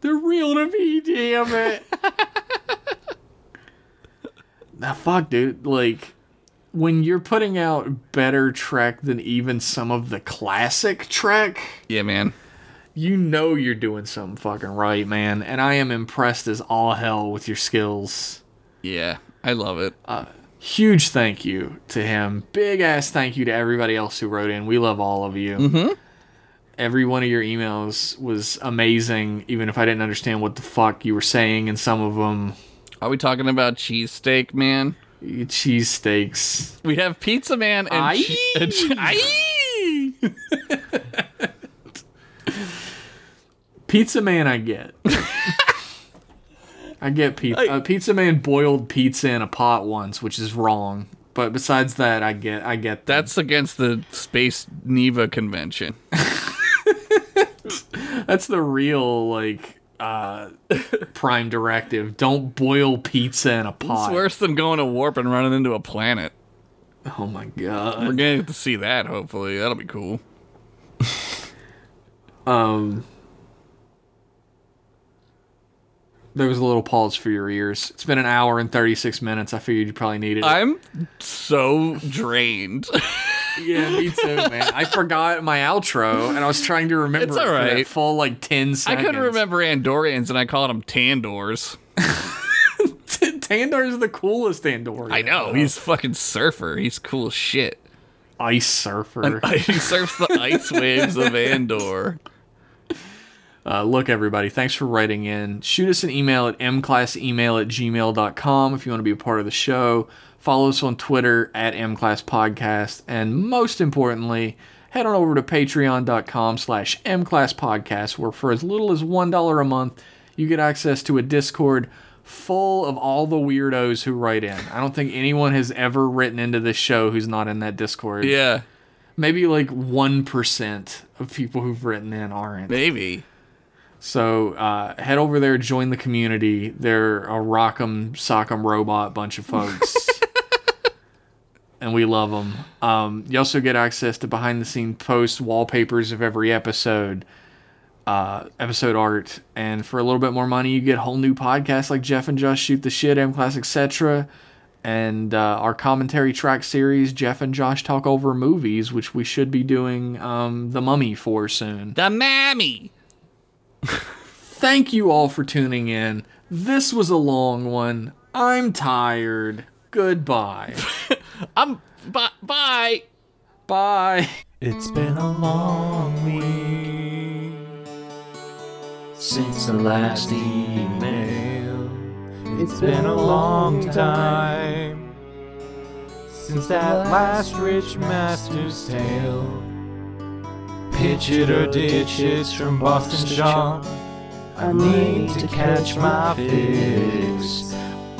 Speaker 1: They're real to me, damn it. now, fuck, dude. Like, when you're putting out better Trek than even some of the classic Trek,
Speaker 2: yeah, man,
Speaker 1: you know you're doing something fucking right, man. And I am impressed as all hell with your skills.
Speaker 2: yeah, I love it.
Speaker 1: Huge thank you to him. Big ass thank you to everybody else who wrote in. We love all of you. Every one of your emails was amazing, even if I didn't understand what the fuck you were saying in some of them.
Speaker 2: Are we talking about cheesesteak, man?
Speaker 1: cheese steaks.
Speaker 2: We have Pizza Man and,
Speaker 1: Aye.
Speaker 2: che- and che- Aye.
Speaker 1: Pizza Man, I get. I get pizza. uh, pizza Man boiled pizza in a pot once, which is wrong. But besides that, I get. I get that.
Speaker 2: That's against the Space Neva Convention.
Speaker 1: That's the real like uh prime directive. Don't boil pizza in a
Speaker 2: It's
Speaker 1: pot.
Speaker 2: worse than going to warp and running into a planet.
Speaker 1: Oh my
Speaker 2: We're
Speaker 1: god.
Speaker 2: gonna get to see that. Hopefully, that'll be cool.
Speaker 1: Um, There was a little pause for your ears. It's been an hour and thirty six minutes. I figured you probably needed it.
Speaker 2: I'm so drained.
Speaker 1: yeah, me too, man. I forgot my outro and I was trying to remember
Speaker 2: It's
Speaker 1: it for that
Speaker 2: alright.
Speaker 1: full like ten
Speaker 2: I
Speaker 1: seconds.
Speaker 2: couldn't remember Andorians, and I called them Tandors.
Speaker 1: Tandor is the coolest Andorian.
Speaker 2: I know he's fucking surfer. He's cool as shit.
Speaker 1: ice surfer.
Speaker 2: he surfs the ice waves of Andor.
Speaker 1: Uh, look, everybody, thanks for writing in. Shoot us an email at mclassemail at gmail.com if you want to be a part of the show. Follow us on Twitter at mclasspodcast. And most importantly, head on over to patreon.com slash mclasspodcast where for as little as $1 a month, you get access to a Discord full of all the weirdos who write in. I don't think anyone has ever written into this show who's not in that Discord.
Speaker 2: Yeah,
Speaker 1: Maybe like 1% of people who've written in aren't.
Speaker 2: maybe.
Speaker 1: So uh, head over there, join the community. They're a rock'em sock'em robot bunch of folks, and we love them. Um, you also get access to behind the scene posts, wallpapers of every episode, uh, episode art, and for a little bit more money, you get whole new podcasts like Jeff and Josh shoot the shit, M Class, etc. And uh, our commentary track series, Jeff and Josh talk over movies, which we should be doing um, the Mummy for soon
Speaker 2: The mammy.
Speaker 1: thank you all for tuning in. This was a long one. I'm tired. Goodbye.
Speaker 2: I'm. Bu- bye.
Speaker 1: Bye.
Speaker 3: It's been a long week since the last email. It's been a long time since that last Rich Masters tale. Pitch it or ditch it from Boston Sean. I need to catch my fix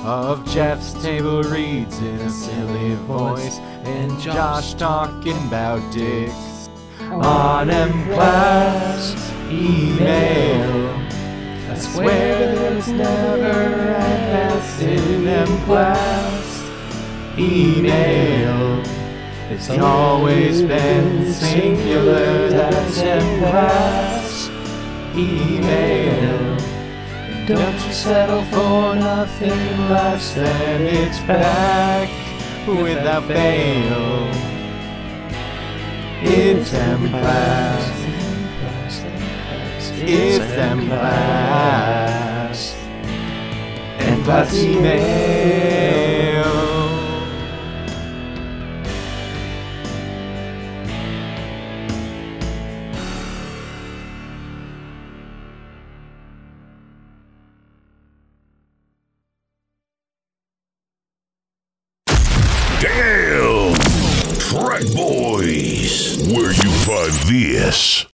Speaker 3: of Jeff's table reads in a silly voice and Josh talking about dicks on M class email. I swear there's never an S in M class email. It's always been singular. That's M class email. Don't you settle for nothing less than it's back without fail. It's Empire. It's Empire. Empire email.
Speaker 4: Damn! Track Boys, where you find this.